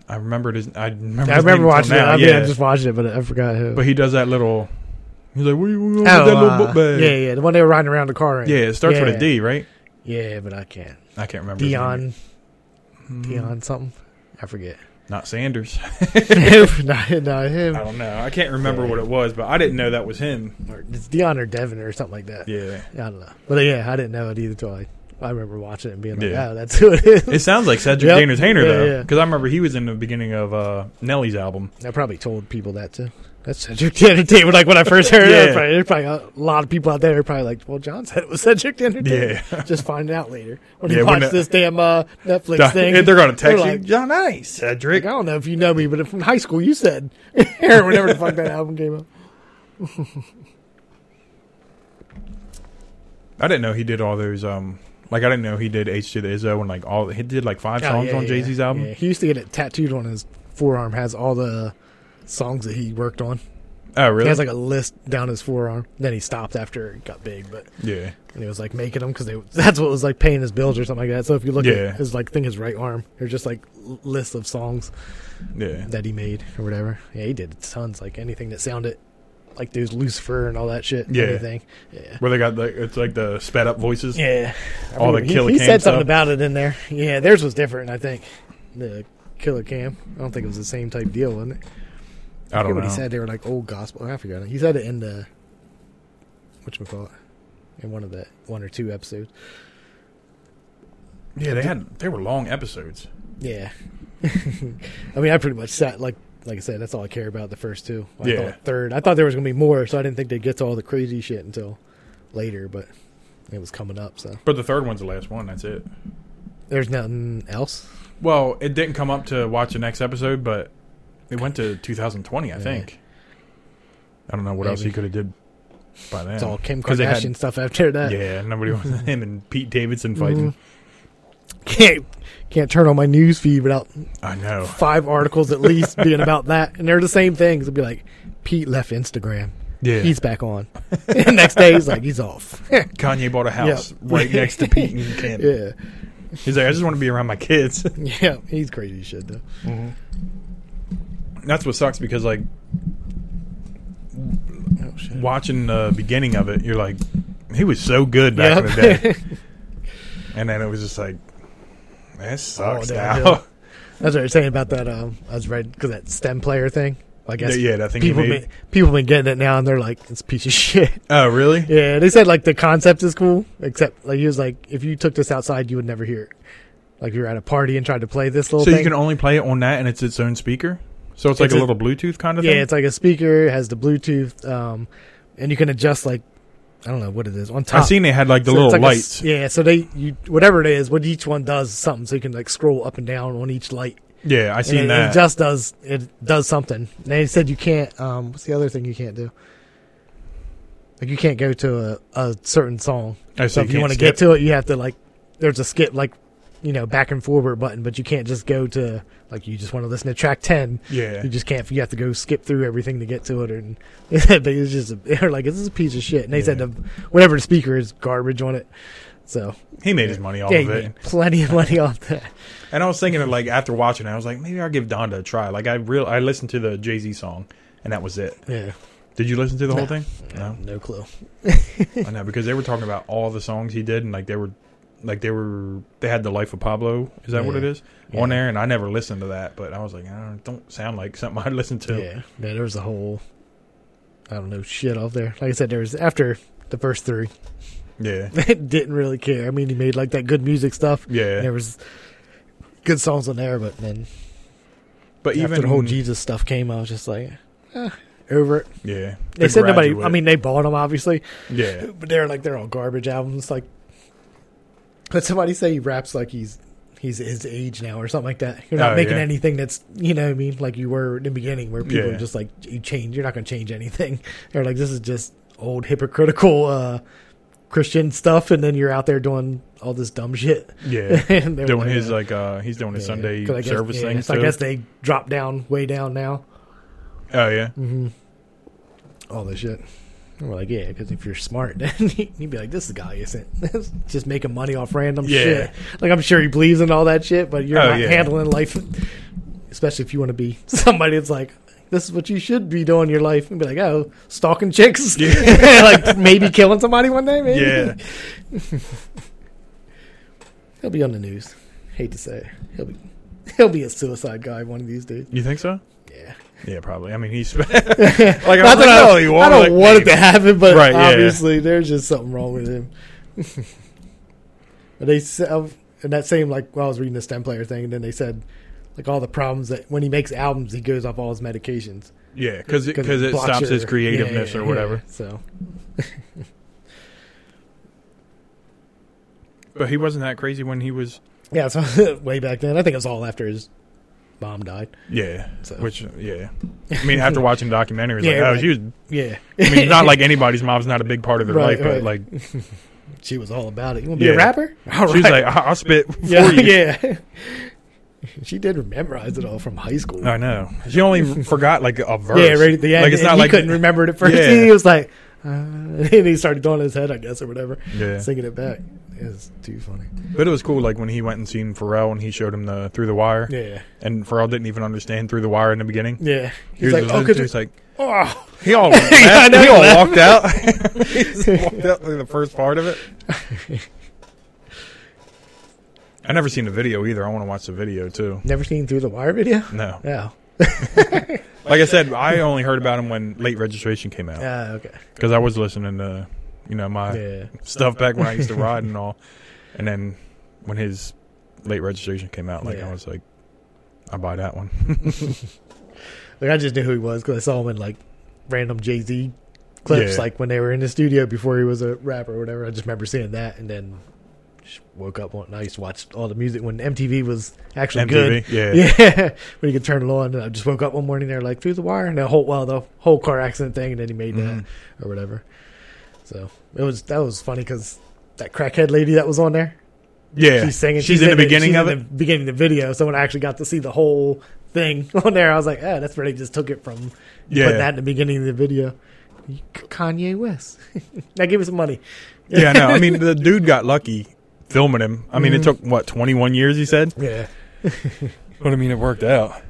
I remembered his. I remember.
I
his
remember
name
watching
until
it.
now,
I mean,
yeah,
I just watched it, but I forgot who.
but he does that little. He's like, "What do you want with that
oh,
little
uh,
book bag?"
yeah, yeah, the one they were riding around the car. In.
Yeah, it starts with
Yeah.
a D, right?
yeah, but I can't.
I can't remember. his name.
Dion,
Hmm.
Dion, something. I forget.
not Sanders.
not, not
I
him.
don't know. I can't remember
Yeah.
what it was, but I didn't know that was him.
Or It's Dion or Devin or something like that.
Yeah,
I don't know. But yeah, I didn't know it either till I, I remember watching it and being like,
Yeah.
oh, that's who it is.
it sounds like Cedric
Yep.
the Entertainer
Yeah,
though,
yeah.
because I remember he was in the beginning of uh, Nelly's album.
I probably told people that too. That's Cedric the Entertainer. Like when I first heard
Yeah.
it, probably, there's probably a lot of people out there are probably like, "Well, John said it was Cedric the Entertainer." Just find out later when
Yeah,
you
when
watch
the-
this damn uh, Netflix thing.
They're gonna text
They're
you,
like-
John. That ain't
Like,
Cedric.
I don't know if you know me, but if from high school you said or whenever the fuck that album came out.
I didn't know he did all those. Um, like I didn't know he did H to the Izzo and like all. He did like five songs on Jay Z's album.
Oh, Yeah, He used to get it tattooed on his forearm. Has all the songs that he worked on.
Oh really?
He has like a list down his forearm. Then he stopped after it got big, but
yeah.
and he was like making them because that's what was like paying his bills or something like that. So if you look
Yeah.
at his like thing, his right arm, there's just like l- lists of songs
Yeah.
that he made or whatever. Yeah, he did tons, like anything that sounded like there's Lucifer and all that shit.
Yeah.
anything. Yeah.
Where they got like it's like the sped up voices.
Yeah, I
All the
remember he-
Killer
He,
Cam
said something
stuff.
about it in there. Yeah, theirs was different. I think the Killer Cam. I don't think it was the same type deal, wasn't it?
I don't
forget
know.
what he said. They were like old gospel. I forgot. He said it in the what you call it in one of the one or two episodes.
Yeah, they had they were long episodes.
Yeah. I mean, I pretty much sat like like I said, that's all I care about the first two. I
Yeah.
thought third. I thought there was gonna be more, so I didn't think they'd get to all the crazy shit until later, but it was coming up, so
But the third one's the last one. That's it.
there's nothing else.
Well, it didn't come up to watch the next episode, but it went to 2020, I
Yeah.
think. I don't know what else he
Maybe.
could have did by then.
It's all Kim
'Cause they had-
Kardashian stuff after that.
yeah, nobody wants him and Pete Davidson fighting.
Can't can't turn on my news feed without
I know.
five articles at least being about that. And they're the same things. It'd be like, Pete left Instagram.
Yeah.
He's back on. Next day he's like, he's off.
Kanye bought a house
Yeah.
right next to Pete and Kim.
yeah.
He's like, I just want to be around my kids.
Yeah. He's crazy as shit though.
That's what sucks because like
Oh,
shit.
watching the beginning of it, you're like, he was so good back in the day,
Yep.
and then it was just like, that
Oh,
sucks now.
downhill. That's what you're saying about that. Um, I was right because that STEM player thing. I guess
yeah, that thing you
people
made.
been, people been getting it now, and they're like, "It's a piece of shit."
oh, really?
Yeah, they said like the concept is cool, except like he was like, "If you took this outside, you would never hear it." Like if you were at a party and tried to play this little
So
thing.
you can only play it on that, and it's its own speaker. So it's like
It's
a
a-
little Bluetooth kind of
yeah,
thing.
it's like a speaker it has the Bluetooth, um, and you can adjust like I don't know what it is on top.
I seen they had like the
So it's
little
like a
lights.
s- yeah, so they you whatever it is, what each one does is something, so you can like scroll up and down on each light.
yeah, I
And
seen
it,
that.
it just does it does something. And they said you can't. Um, what's the other thing you can't do? Like you can't go to a, a certain song.
oh,
So if you
can't
want to
skip.
get to it, you have to like there's a skip like you know back and forward button, but you can't just go to like you just want to listen to track ten.
yeah,
You just can't. You have to go skip through everything to get to it, or and but it's just a- they're like this is a piece of shit. And they said
Yeah.
the whatever the speaker is garbage on it. So
he made his money off
yeah,
of
you
it.
made plenty of money off that.
And I was thinking of like after watching it, I was like, maybe I'll give Donda a try. Like I real I listened to the Jay Z song and that was it.
Yeah,
Did you listen to the whole
No.
thing?
no,
No.
no clue.
I know because they were talking about all the songs he did and like they were like they were they had the life of Pablo, is that what
Yeah.
it is? On
Yeah.
there and I never listened to that, but I was like, I don't, don't sound like something I'd listen to.
Yeah, yeah. There was a whole, I don't know, shit off there. Like I said, there was after the first three,
Yeah.
didn't really care. I mean, he made like that good music stuff.
Yeah.
There was good songs on there, but then
But
after
even
the whole Jesus stuff came, I was just like, eh, over it.
Yeah.
They
The
said nobody.
Graduate.
I mean, they bought them obviously,
Yeah.
but they're like they're all garbage albums. Like, let somebody say he raps like he's. He's his age now, or something like that. You're not
Oh,
making
yeah.
anything that's, you know, what I mean, like you were in the beginning, where people
Yeah.
are just like, you change. You're not going to change anything. They're like, this is just old hypocritical uh Christian stuff, and then you're out there doing all this dumb shit.
Yeah.
And they were
doing his
uh,
like uh he's doing his
yeah,
Sunday
'cause I guess-
service
yeah,
thing.
So I
too.
guess they drop down way down now.
oh yeah.
All this shit. And we're like, yeah, because if you're smart, then you'd be like, this guy isn't just making money off random
Yeah.
shit. Like I'm sure he believes in all that shit, but you're
Oh,
not
yeah.
handling life, especially if you want to be somebody that's like. This is what you should be doing in your life, and be like, oh, stalking chicks, like maybe killing somebody one day, maybe.
Yeah.
He'll be on the news. Hate to say, it. he'll be he'll be a suicide guy one of these days.
You think so?
Yeah,
Yeah, probably. I mean, he's like I
Not
was
that
like,
I,
"Oh, you
I
want
don't
like,
want it to happen, but
Right, yeah.
obviously there's just something wrong with him. but they said, oh, and that same like while I was reading the stem player thing, and then they said like all the problems that when he makes albums, he goes off all his medications
Yeah, because it,
'Cause
cause it
blocks
stops
your-
his creativeness
yeah,
or
yeah,
whatever.
yeah, so
But he wasn't that crazy when he was.
yeah, so way back then, I think it was all after his mom died.
Yeah,
So-
which yeah, I mean, after watching the documentary, it's like,
Yeah,
oh,
right.
she was.
Yeah,
I mean, not like anybody's mom's not a big part of their
Right,
life, but
right.
like
she was all about it. You want to be
Yeah.
a rapper? All
she's like,
right.
I- I'll spit for
yeah,
you.
yeah. she did memorize it all from high school.
I know. She only forgot like a verse.
Yeah, right at the end.
Like it's
and
not
he
like
couldn't remember it at first.
Yeah.
He was like, uh, and he started doing it in his head, I guess, or whatever,
Yeah,
singing it back. It's too funny.
but it was cool. Like when he went and seen Pharrell and he showed him the Through the Wire,
Yeah,
and Pharrell didn't even understand Through the Wire in the beginning.
yeah.
He
He's
was
like,
just
oh,
listening
could
to it,
you?
he's like
Oh,
he all
I know,
he
he
all
laughed.
walked out. he just walked out through the first part of it. I never seen the video either. I want to watch the video too.
never seen through the wire video. Oh.
No.
No.
Like I said, I only heard about him when late registration came out
Ah, okay.
because I was listening to, you know, my
Yeah.
stuff back when I used to ride and all. And then when his late registration came out, like
Yeah.
I was like, I buy that one.
Like I just knew who he was because I saw him in like random Jay Z clips,
Yeah.
like when they were in the studio before he was a rapper or whatever. I just remember seeing that, and then just woke up one. I used to watch all the music when MTV was actually good.
MTV, yeah.
Yeah, when you could turn it on. And I just woke up one morning, they're like through the wire, and the whole well, the whole car accident thing, and then he made
Mhm.
that or whatever. So it was that was funny because that crackhead lady that was on there,
yeah,
she's singing.
She's, in the beginning
she's
of
in
it.
the beginning of the video. So when I actually got to see the whole thing on there, I was like, ah, that's where they just took it from.
Yeah.
putting that in the beginning of the video. Kanye West. now give me some money.
yeah, no. I mean, the dude got lucky filming him. I mean,
Mhm.
it took what 21 years. He said.
Yeah,
But I mean, it worked out.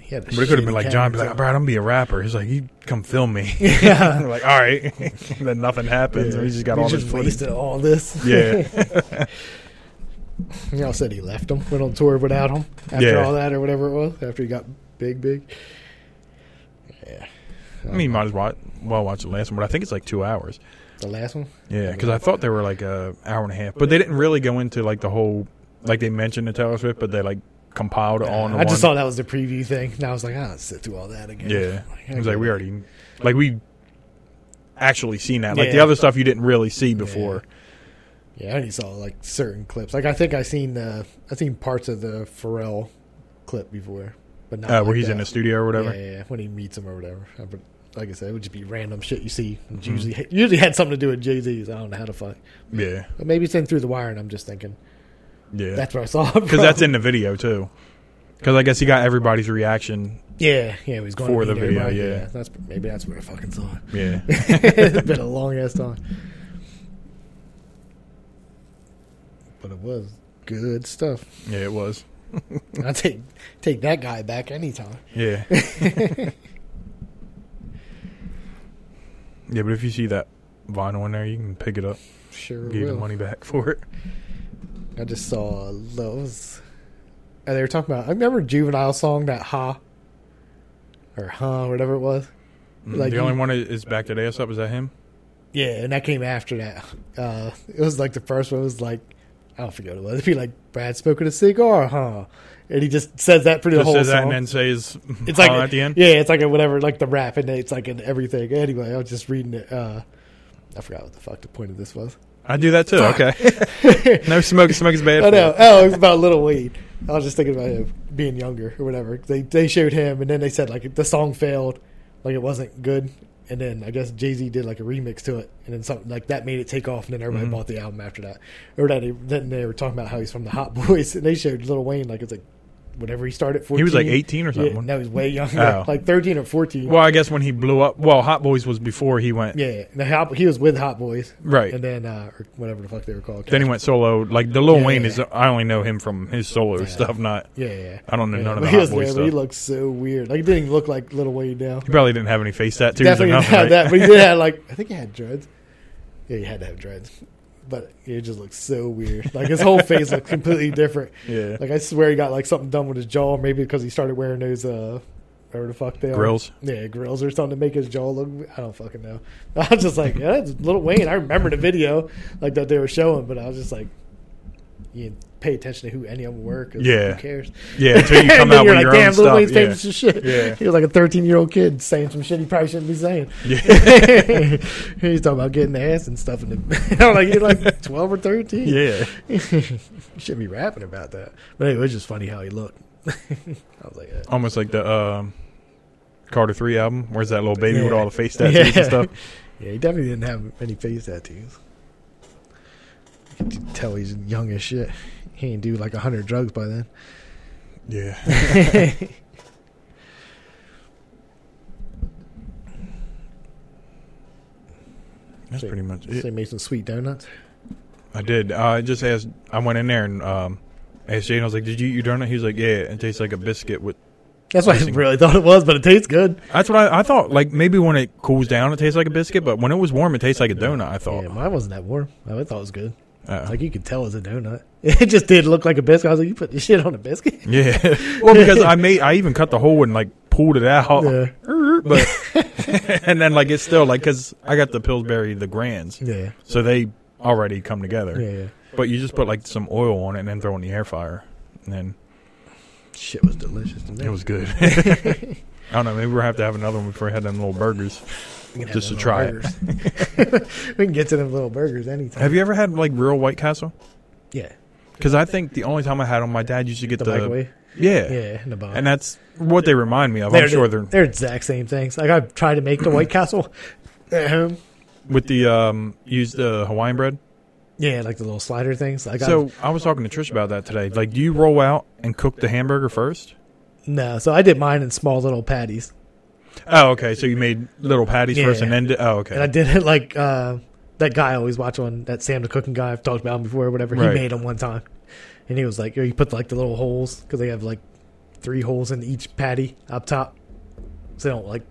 He had a
But it could have been
shitty
like John, be
camera,
like, "Bro, I'm gonna be a rapper." He's like, "You come film me."
so- yeah.
like, all right. then nothing happens.
Yeah.
We just got
We
all this
just
footage.
wasted all this.
Yeah.
Y'all said he left him, went on tour without him after
Yeah.
all that or whatever it was, after he got big, big. Yeah.
I mean, you might as well well watch the last one, but I think it's like two hours.
the last one?
Yeah, because I thought they were like a hour and a half, but they didn't really go into like the whole like they mentioned the Taylor Swift, but they like compiled it all in
I
one.
just thought that was the preview thing. And I was like, I'll sit through all that again.
Yeah,
Like, I
it was like
get
we
it.
already like we actually seen that. Like the
Yeah.
other stuff you didn't really see before.
Yeah, I only saw like certain clips. Like I think I seen uh, I seen parts of the Pharrell clip before, but not
Uh, where
like
he's
that.
in the studio or whatever.
Yeah, yeah, yeah, when he meets him or whatever. Uh, But like I said, it would just be random shit you see. It
Mm-hmm.
Usually, usually had something to do with Jay Z's. I don't know how to fuck.
Yeah,
But maybe it's in through the wire, and I'm just thinking
yeah,
that's where I saw it.
because that's in the video too. Because I guess he got everybody's reaction.
Yeah, yeah, he was going
For
to
the
meet
video,
everybody.
yeah.
That's maybe that's where I fucking saw it.
Yeah,
it's been a long ass time. But it was good stuff.
yeah, it was.
I take take that guy back anytime.
Yeah. yeah, but if you see that vinyl in there, you can pick it up,
Sure
give you the
will.
money back for it.
I just saw those. And they were talking about. I remember juvenile song that ha or huh whatever it was.
Mm-hmm. the
Like you-
only one is is back that ass up. Is that him?
Yeah, and that came after that. Uh, it was like the first one was like I don't forget what it was. It'd be like Brad smoking a cigar, huh? And he just says that pretty the
Just
whole
says
song.
that and then says
It's like
at the end.
Yeah, it's like a whatever, like the rap, and it's like in everything. Anyway, I was just reading it. Uh, I forgot what the fuck the point of this was.
I do that too. Okay. no smoke. Smoke is bad.
I
for
know.
you.
Oh, it was about Little Wayne. I was just thinking about him being younger or whatever. They they showed him, and then they said like the song failed, like it wasn't good. And then I guess Jay Z did like a remix to it, and then something like that made it take off. And then
Mm-hmm.
everybody bought the album after that. Or that then they were talking about how he's from the Hot Boys, and they showed Little Wayne like it's like whatever he started. 14.
He was like 18 or something.
Yeah, no, he's way younger,
Oh.
like thirteen or fourteen.
Well, I guess when he blew up. Well, Hot Boys was before he went.
Yeah, the Hot, he was with Hot Boys,
Right.
And then uh, or whatever the fuck they were called.
Then he went solo. Like the Lil Wayne is.
Yeah.
I only know him from his solo stuff. Not.
yeah, yeah.
I don't know
yeah.
none of the
But he
Hot
was
Boys
there, but He
stuff.
looked so weird. Like he didn't even look like Little Wayne now.
He probably didn't have any face tattoos
Definitely
or
didn't
nothing.
have
right?
that, but he did have like I think he had dreads. Yeah, he had to have dreads, but it just looked so weird. Like his whole face looked completely different.
yeah.
Like I swear he got like something done with his jaw, maybe because he started wearing those uh, whatever the fuck they are.
Grills.
Yeah, grills or something to make his jaw look. I don't fucking know. I was just like, yeah, that's Little Wayne. I remember the video like that they were showing, but I was just like, you pay attention to who any of them were. 'cause
Yeah.
who cares?
Yeah. Until you come
And then
out
you're
with
like,
your
damn,
own
Lil Wayne's
stuff. Yeah.
famous as shit.
Yeah.
He was like a 13 year old kid saying some shit he probably shouldn't be saying.
Yeah.
He's talking about getting ass and stuff. In the, I'm like, you're like 12 or 13.
yeah.
should be rapping about that. But anyway, it was just funny how he looked. I was like, uh,
almost like the um, Carter Three album. Where's that little baby with
Yeah.
all the face tattoos
Yeah.
and stuff?
yeah, he definitely didn't have many face tattoos. You can tell he's young as shit. He ain't do like 100 drugs by then.
Yeah, that's
So-
pretty much
So
it.
he made some sweet donuts.
I did. I just asked. I went in there and um, asked Jay, and I was like, "Did you eat your donut?" He was like, "Yeah." It tastes like a biscuit with.
That's what I really thought it was, but it tastes good.
That's what I, I thought. Like maybe when it cools down, it tastes like a biscuit, but when it was warm, it tastes like a donut. I
Yeah,
thought.
mine wasn't that warm. I thought it was good.
Uh,
Like you could tell it was a donut. It just did look like a biscuit. I was like, you put this shit on a biscuit?
yeah. well, because I made. I even cut the hole and like pulled it out.
Yeah.
But and then like it's still like because I got the Pillsbury the Grands,
Yeah,
so they already come together.
yeah, yeah.
But you just put like some oil on it and then throw it in the air fryer, and then
Shit was delicious. To me.
it was good. I don't know. Maybe we'll have to have another one before we had them little burgers.
We can have
just to
them
try it.
little burgers. we can get to them little burgers anytime.
Have you ever had like real White Castle?
Yeah,
Because I think the only time I had them, my dad used to get
the,
the,
microwave.
Yeah.
Yeah, in the box.
and that's what they remind me of.
they're,
I'm sure they're
they're exact same things. Like I tried to make the White Castle at home.
with the um use the Hawaiian bread.
Yeah, like the little slider things. Like
So I was talking to Trish about that today. Like, do you roll out and cook the hamburger first?
I, no, so I did mine in small little patties,
Oh, okay. So you made little patties
Yeah.
first and then. Di- oh, okay.
and I did it like uh, that guy I always watch on that Sam the cooking guy I've talked about him before, or whatever.
Right.
He made them one time, and he was like, "You put like the little holes because they have like three holes in each patty up top, so they don't like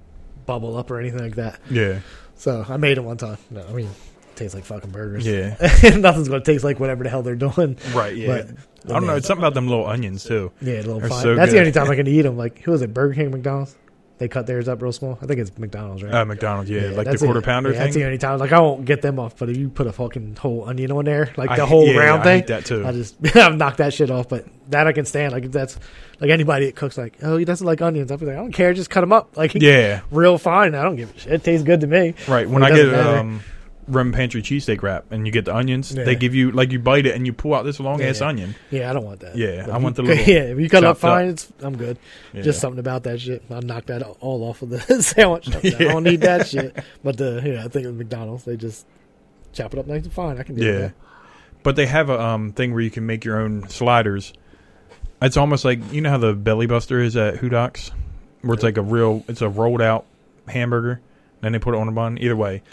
bubble up or anything like that.
Yeah.
So I made it one time. No, I mean, it tastes like fucking burgers.
Yeah.
nothing's gonna taste like whatever the hell they're doing.
Right. Yeah.
But-
I don't know. It's something about them little onions too.
Yeah, a little
They're
fine.
so
That's
good.
the only time I can eat them. Like, who was it? Burger King, McDonald's. They cut theirs up real small. I think it's McDonald's, right?
Uh, McDonald's. Yeah, like the
that's it.
quarter pounder
Yeah,
thing.
That's the only time. Like, I won't get them off. But if you put a fucking whole onion on there, like
I
the
hate-
whole
yeah,
round
I
thing,
hate that too.
I just I've knocked that shit off. But that I can stand. Like, if that's like anybody that cooks, like, oh, he doesn't like onions. I'll be like, I don't care. Just cut them up. Like,
yeah.
real fine. I don't give a shit. It tastes good to me.
Right. When
It
I
doesn't
get
matter.
um rum pantry cheesesteak wrap and you get the onions,
Yeah.
they give you like you bite it and you pull out this long ass
Yeah.
onion.
Yeah, I don't want that.
Yeah,
But
I
if
want
you-
the little
yeah. If you cut it up
chopped up.
fine, it's I'm good.
Yeah.
Just something about that shit. I knocked that all off of the sandwich. I don't need that shit. But the you know, I think of McDonald's, they just chop it up nice and fine. I can do
Yeah.
that.
But they have a um thing where you can make your own sliders. It's almost like you know how the belly buster is at Hoodox? Where it's like a real it's a rolled out hamburger and then they put it on a bun. Either way.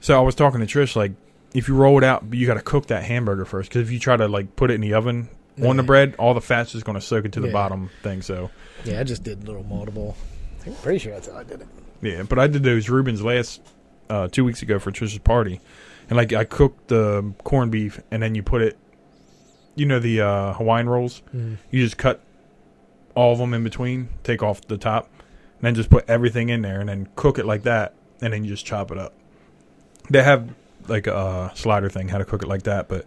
So I was talking to Trish like if you roll it out, you got to cook that hamburger first because if you try to like put it in the oven on the
Yeah.
bread, all the fat's just going to soak into the
Yeah.
bottom thing. So
Yeah, I just did little multiple. I'm pretty sure that's how I did it.
Yeah, but I did those Rubens last uh, two weeks ago for Trish's party, and like I cooked the corned beef, and then you put it, you know, the uh, Hawaiian rolls.
Hmm.
You just cut all of them in between, take off the top, and then just put everything in there, and then cook it like that, and then you just chop it up. They have like a uh, slider thing how to cook it like that, but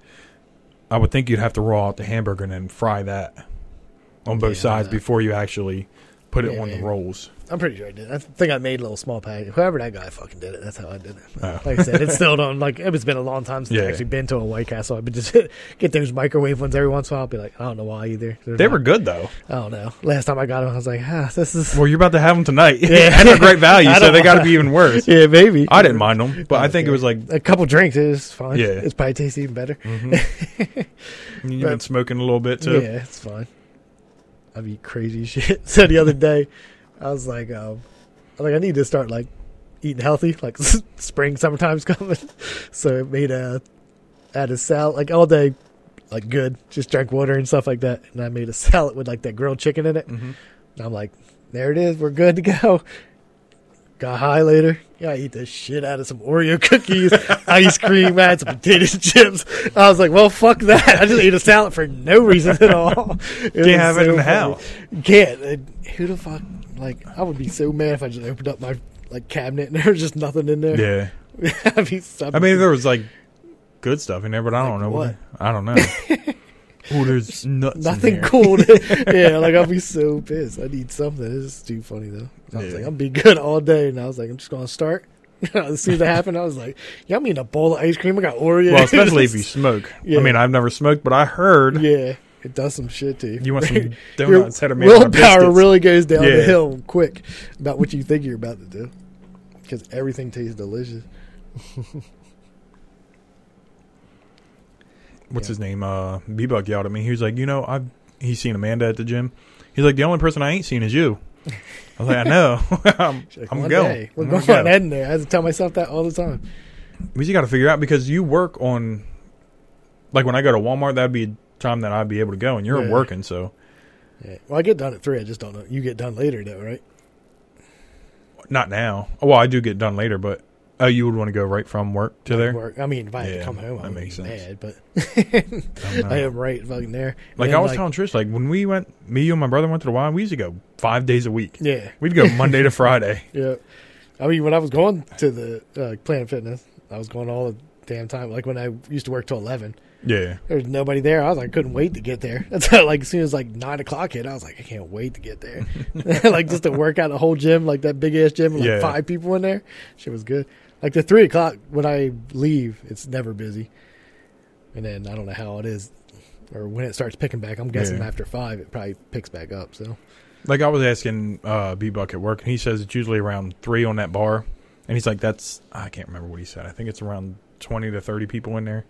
I would think you'd have to raw out the hamburger and then fry that on both
Yeah,
sides
uh,
before you actually put it
yeah,
on the
yeah.
rolls.
I'm pretty sure I did. I think I made a little small package. Whoever that guy fucking did it, that's how I did it.
Oh.
Like I said, it's still don't like. It's been a long time since
Yeah.
I've actually been to a White Castle. I would just get those microwave ones every once in a while. I'll be like, I don't know why either. They're
They
not-
were good though.
I don't know. Last time I got them, I was like, ah, this is
Well, you're about to have them tonight,
Yeah.
and they're great value,
I
so
don't
they got to
mind. Oh,
be even worse.
yeah, maybe.
I didn't mind them, but I think it was like
a couple drinks is fine.
Yeah.
it's probably tastes even better.
mm-hmm. you've been smoking a little bit too.
Yeah, it's fine. I'd be crazy shit. So the other day, I was like, um, I was like I need to start like eating healthy. Like spring, summertime's coming, so it made a add a salad like all day, like good. Just drank water and stuff like that, and I made a salad with like that grilled chicken in it.
Mhm.
And I'm like, there it is. We're good to go. Got high later. Yeah, I eat the shit out of some Oreo cookies, ice cream, I had some potato chips. I was like, well, fuck that. I just ate a salad for no reason at all. It was
have it in the
funny.
house.
Can't. And who the fuck? Like, I would be so mad if I just opened up my like cabinet and there was just nothing in there.
Yeah,
I'd be so
I mean there was like good stuff in there, but I don't
Like
know
what?
I don't know. oh, there's nuts. in
nothing
there.
cool. to- yeah, like I'll be so pissed. I need something. It's too funny though. I was
Yeah.
like, I'll be good all day, and I was like, I'm just gonna start. as soon as that happened, I was like, "Yeah, I'm eating a bowl of ice cream. I got Oreos."
Well, especially if you smoke.
Yeah.
I mean, I've never smoked, but I heard
yeah, it does some shit to you.
you want some
Your
donuts had a man on a
willpower
biscuits.
really goes down
Yeah.
the hill quick about what you think you're about to do because everything tastes delicious.
What's
Yeah.
his name? Uh, Bebug yelled at me. He was like, you know, I've he's seen Amanda at the gym. He's like, the only person I ain't seen is you. I was like, I know. I'm,
She's like,
I'm
"One
going.
day, we're
I'm
going
gonna go."
in there. I have to tell myself that all the time.
But you got to figure out because you work on, like when I go to Walmart, that'd be a time that I'd be able to go, and you're
Yeah.
working, so
Yeah. Well, I get done at three. I just don't know. You get done later though, right?
not now. Well, I do get done later, but oh, you would want to go right from work to there.
Work. I mean, if I had
Yeah,
to come home,
that
I would
makes
be
sense.
mad, but
I don't know.
I am right fucking there. And
like
then,
I was telling Trish, like when we went, me, you, and my brother went to the Y, we used to go five days a week.
Yeah,
We'd go Monday to Friday.
yeah. I mean, when I was going to the uh, Planet Fitness, I was going all the damn time. Like when I used to work till eleven,
Yeah,
there was nnobody there. I was like, couldn't wait to get there. That's how, like as soon as like nine o'clock hit, I was like, I can't wait to get there. like just to work out the whole gym, like that big ass gym, with, like
Yeah.
five people in there. Shit was good. Like the three o'clock when I leave, it's never busy. And then I don't know how it is, or when it starts picking back. I'm guessing
Yeah.
after five, it probably picks back up. So
like I was asking uh, B Buck at work, and he says it's usually around three on that bar, and he's like, "That's I can't remember what he said. I think it's around twenty to thirty people in there,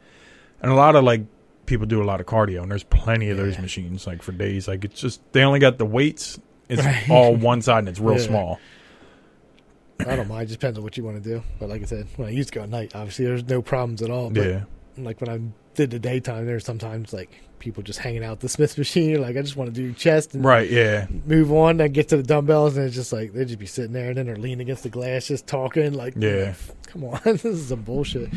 and a lot of like people do a lot of cardio, and there's plenty of those
Yeah.
machines like for days. Like it's just they only got the weights. It's
Right.
all one side and it's real
Yeah.
small.
I don't mind. It just depends on what you want to do. But like I said, when I used to go at night, obviously there's no problems at all. But
yeah,
like when I'm in the daytime, there's sometimes like people just hanging out at the Smith machine. You're like, I just want to do chest and
Right, yeah.
move on. I get to the dumbbells, and it's just like they just be sitting there, and then they're leaning against the glass, just talking. Like,
Yeah.
come on, this is some bullshit.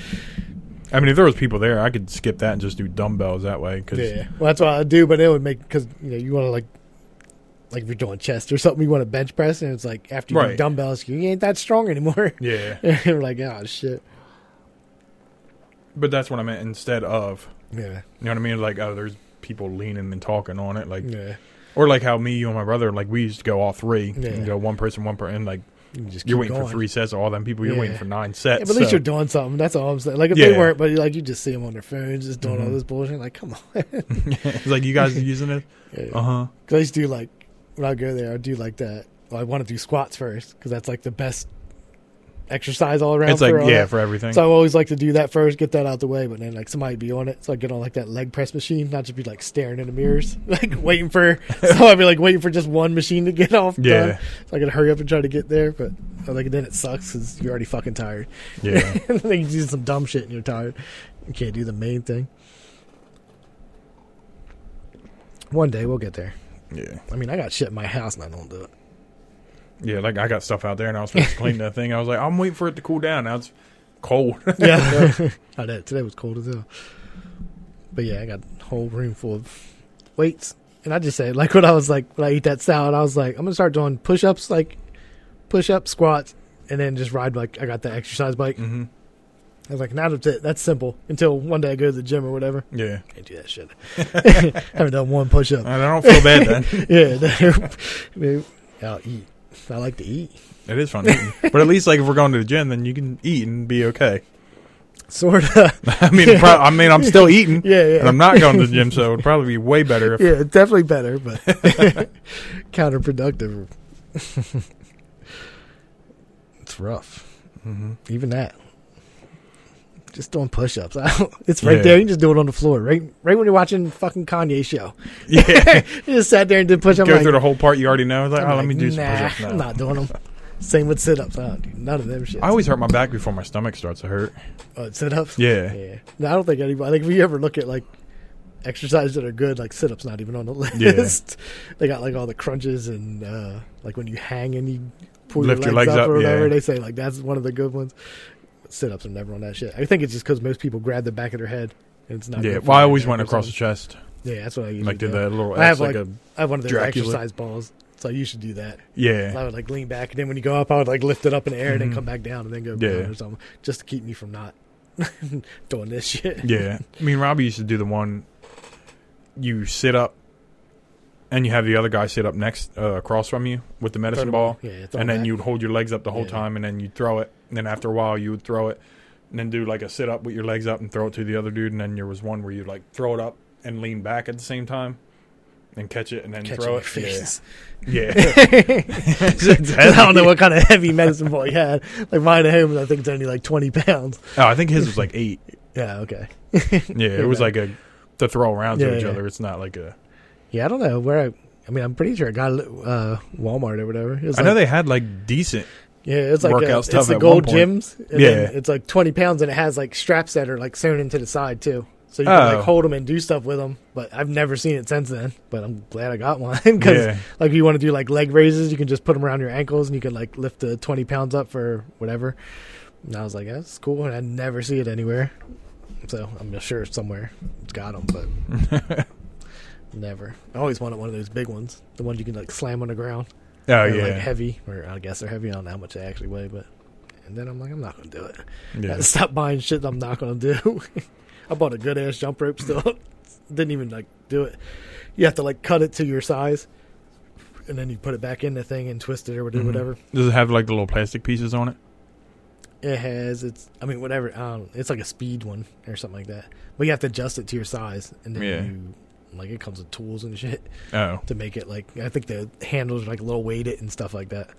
I mean, if there was people there, I could skip that and just do dumbbells that way. Cause,
Yeah, well, that's what I do, but it would make because you know you want to like. Like if you're doing chest or something, you want to bench press, and it's like after you do
Right.
dumbbells, you ain't that strong anymore.
yeah.
You're like, oh shit,
But that's what I meant instead of.
yeah,
You know what I mean? Like, oh, there's people leaning and talking on it. Like,
yeah.
Or like how me, you, and my brother, like we used to go all three
Yeah.
and go one person, one person. And like
You can just
you're
keep
waiting
going.
for three sets of all them people. You're
Yeah.
waiting for nine sets.
Yeah, but at least
so-
you're doing something. That's all I'm saying. Like if they
Yeah.
weren't, but like you just see them on their phones, just doing all
Mhm.
this bullshit. Like, come on.
it's like you guys are using it.
Yeah.
Uh huh.
Cause I used to do like when I go there, I do like that. Well, I want to do squats first because that's like the best exercise all around.
It's like
for all
yeah,
that.
for everything.
So I always like to do that first, get that out the way, but then like somebody be on it, so I get on like that leg press machine, not just be like staring in the mirrors, like waiting for. So I'd be like waiting for just one machine to get off. done.
Yeah.
so I could hurry up and try to get there, but like then it sucks because you're already fucking tired.
yeah.
and then you do some dumb shit and you're tired. You can't do the main thing. One day we'll get there.
Yeah.
I mean, I got shit in my house and I don't do it.
Yeah. Like I got stuff out there and I was supposed to clean that thing. I was like, I'm waiting for it to cool down. Now it's cold.
Yeah, I did. Today was cold as hell. But yeah, I got a whole room full of weights, and I just say like when I was like when I eat that salad, I was like I'm gonna start doing push ups, like push up squats, and then just ride like I got that exercise bike.
hmm
I was like, now that's it. That's simple. Until one day I go to the gym or whatever.
Yeah.
Can't do that shit. haven't done one push up.
And I don't feel bad then.
yeah, no, maybe I'll eat. I like to eat,
it is fun. eating. But at least like if we're going to the gym, then you can eat and be okay.
sort of.
I mean, pro- I mean, I'm still eating.
Yeah, yeah.
And I'm not going to the gym, so it would probably be way better if
yeah, it's definitely better, but counterproductive. it's rough,
Mhm.
even that. Just doing push-ups. I don't- It's right
Yeah.
there. You can just do it on the floor, right? Right when you're watching fucking Kanye show,
yeah.
you just sat there and did push-ups.
go
I'm
through
like,
the whole part you already know. Like,
I'm
oh,
like,
let me do some
nah,
push-ups now.
I'm not doing them. Same with sit-ups. I don't do none of them shit.
I always hurt my back before my stomach starts to hurt.
Oh, sit-ups.
Yeah.
Yeah. No, I don't think anybody. Like, if you ever look at like exercises that are good, like sit ups, not even on the
Yeah.
list. they got like all the crunches and uh, like when you hang and you pull
Lift
your
your
legs,
legs
up,
up,
or
yeah.
whatever. They say like that's one of the good ones. Sit ups are never on that shit. I think it's just because most people grab the back of their head. And it's not.
Yeah.
good for
Well, I
their
always
back
went
or
across the
something.
chest.
yeah, that's what I usually
Like did
do.
that little
I
X,
have,
like,
like-
a
I have one of those
Dracula.
exercise balls, so you should do that. I
yeah.
would like lean back, and then when you go up, I would like lift it up in the air, and then
Mhm.
come back down, and then go
Yeah.
down or something, just to keep me from not doing this shit.
Yeah. I mean, Robbie used to do the one you sit up and you have the other guy sit up next uh, across from you with the medicine ball.
Yeah, it's
And then you would hold your legs up the whole
Yeah.
time and then you'd throw it. And then after a while, you would throw it and then do like a sit up with your legs up and throw it to the other dude. And then there was one where you like throw it up and lean back at the same time and catch it and then
catch
throw
your
it.
face.
Yeah. yeah.
I don't know what kind of heavy medicine ball you had. Like mine at home, I think it's only like twenty pounds.
Oh, I think his was like eight.
Yeah, okay.
Yeah, it was
Yeah.
like a to throw around
Yeah,
to each
yeah.
other. It's not like a.
Yeah, I don't know where. I, I mean, I'm pretty sure I got it at, uh, Walmart or whatever. It was
I know
like,
they had like decent.
yeah, it's like
work
a,
out stuff
it's the
at one
gold
point.
gyms. And
Yeah.
then it's like twenty pounds, and it has like straps that are like sewn into the side too. So you can
Oh.
like hold them and do stuff with them. But I've never seen it since then. But I'm glad I got one 'cause
Yeah,
Like if you want to do like leg raises, you can just put them around your ankles and you can like lift the twenty pounds up for whatever. And I was like, that's cool, and I never see it anywhere. So I'm sure it's somewhere it's got them, but
Oh,
never. I always wanted one of those big ones, the ones you can like slam on the ground.
oh
They're,
yeah,
like heavy, or I guess they're heavy. I don't know how much they actually weigh, but. And then I'm like, I'm not gonna do it.
yeah.
Stop buying shit that I'm not gonna do. I bought a good ass jump rope still. Didn't even like do it. You have to like cut it to your size, and then you put it back in the thing and twist it or do
Mhm.
whatever.
Does it have like the little plastic pieces on it?
It has it's. I mean, whatever. Um, it's like a speed one or something like that. But you have to adjust it to your size, and then
Yeah.
you like it comes with tools and shit
Oh,
to make it like. I think the handles are like a little weighted and stuff like that.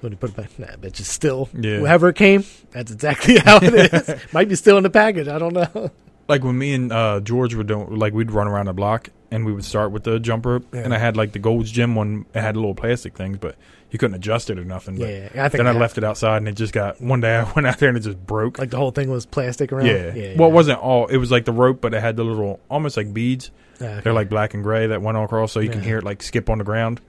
When you put it back, nah, bitch, it's still.
Yeah.
Whoever it came, that's exactly how it is. Might be still in the package. I don't know.
like when me and uh, George would do like we'd run around the block and we would start with the jump rope.
Yeah.
And I had like the Gold's Gym one. It had little plastic things, but you couldn't adjust it or nothing.
Yeah,
But
yeah, I think
then I
that-
left it outside, and it just got. One day I went out there and it just broke.
Like the whole thing was plastic around.
yeah. Well, it wasn't all. It was like the rope, but it had the little almost like beads.
Ah, okay.
They're like black and gray that went all across, so you can
Yeah.
hear it like skip on the ground.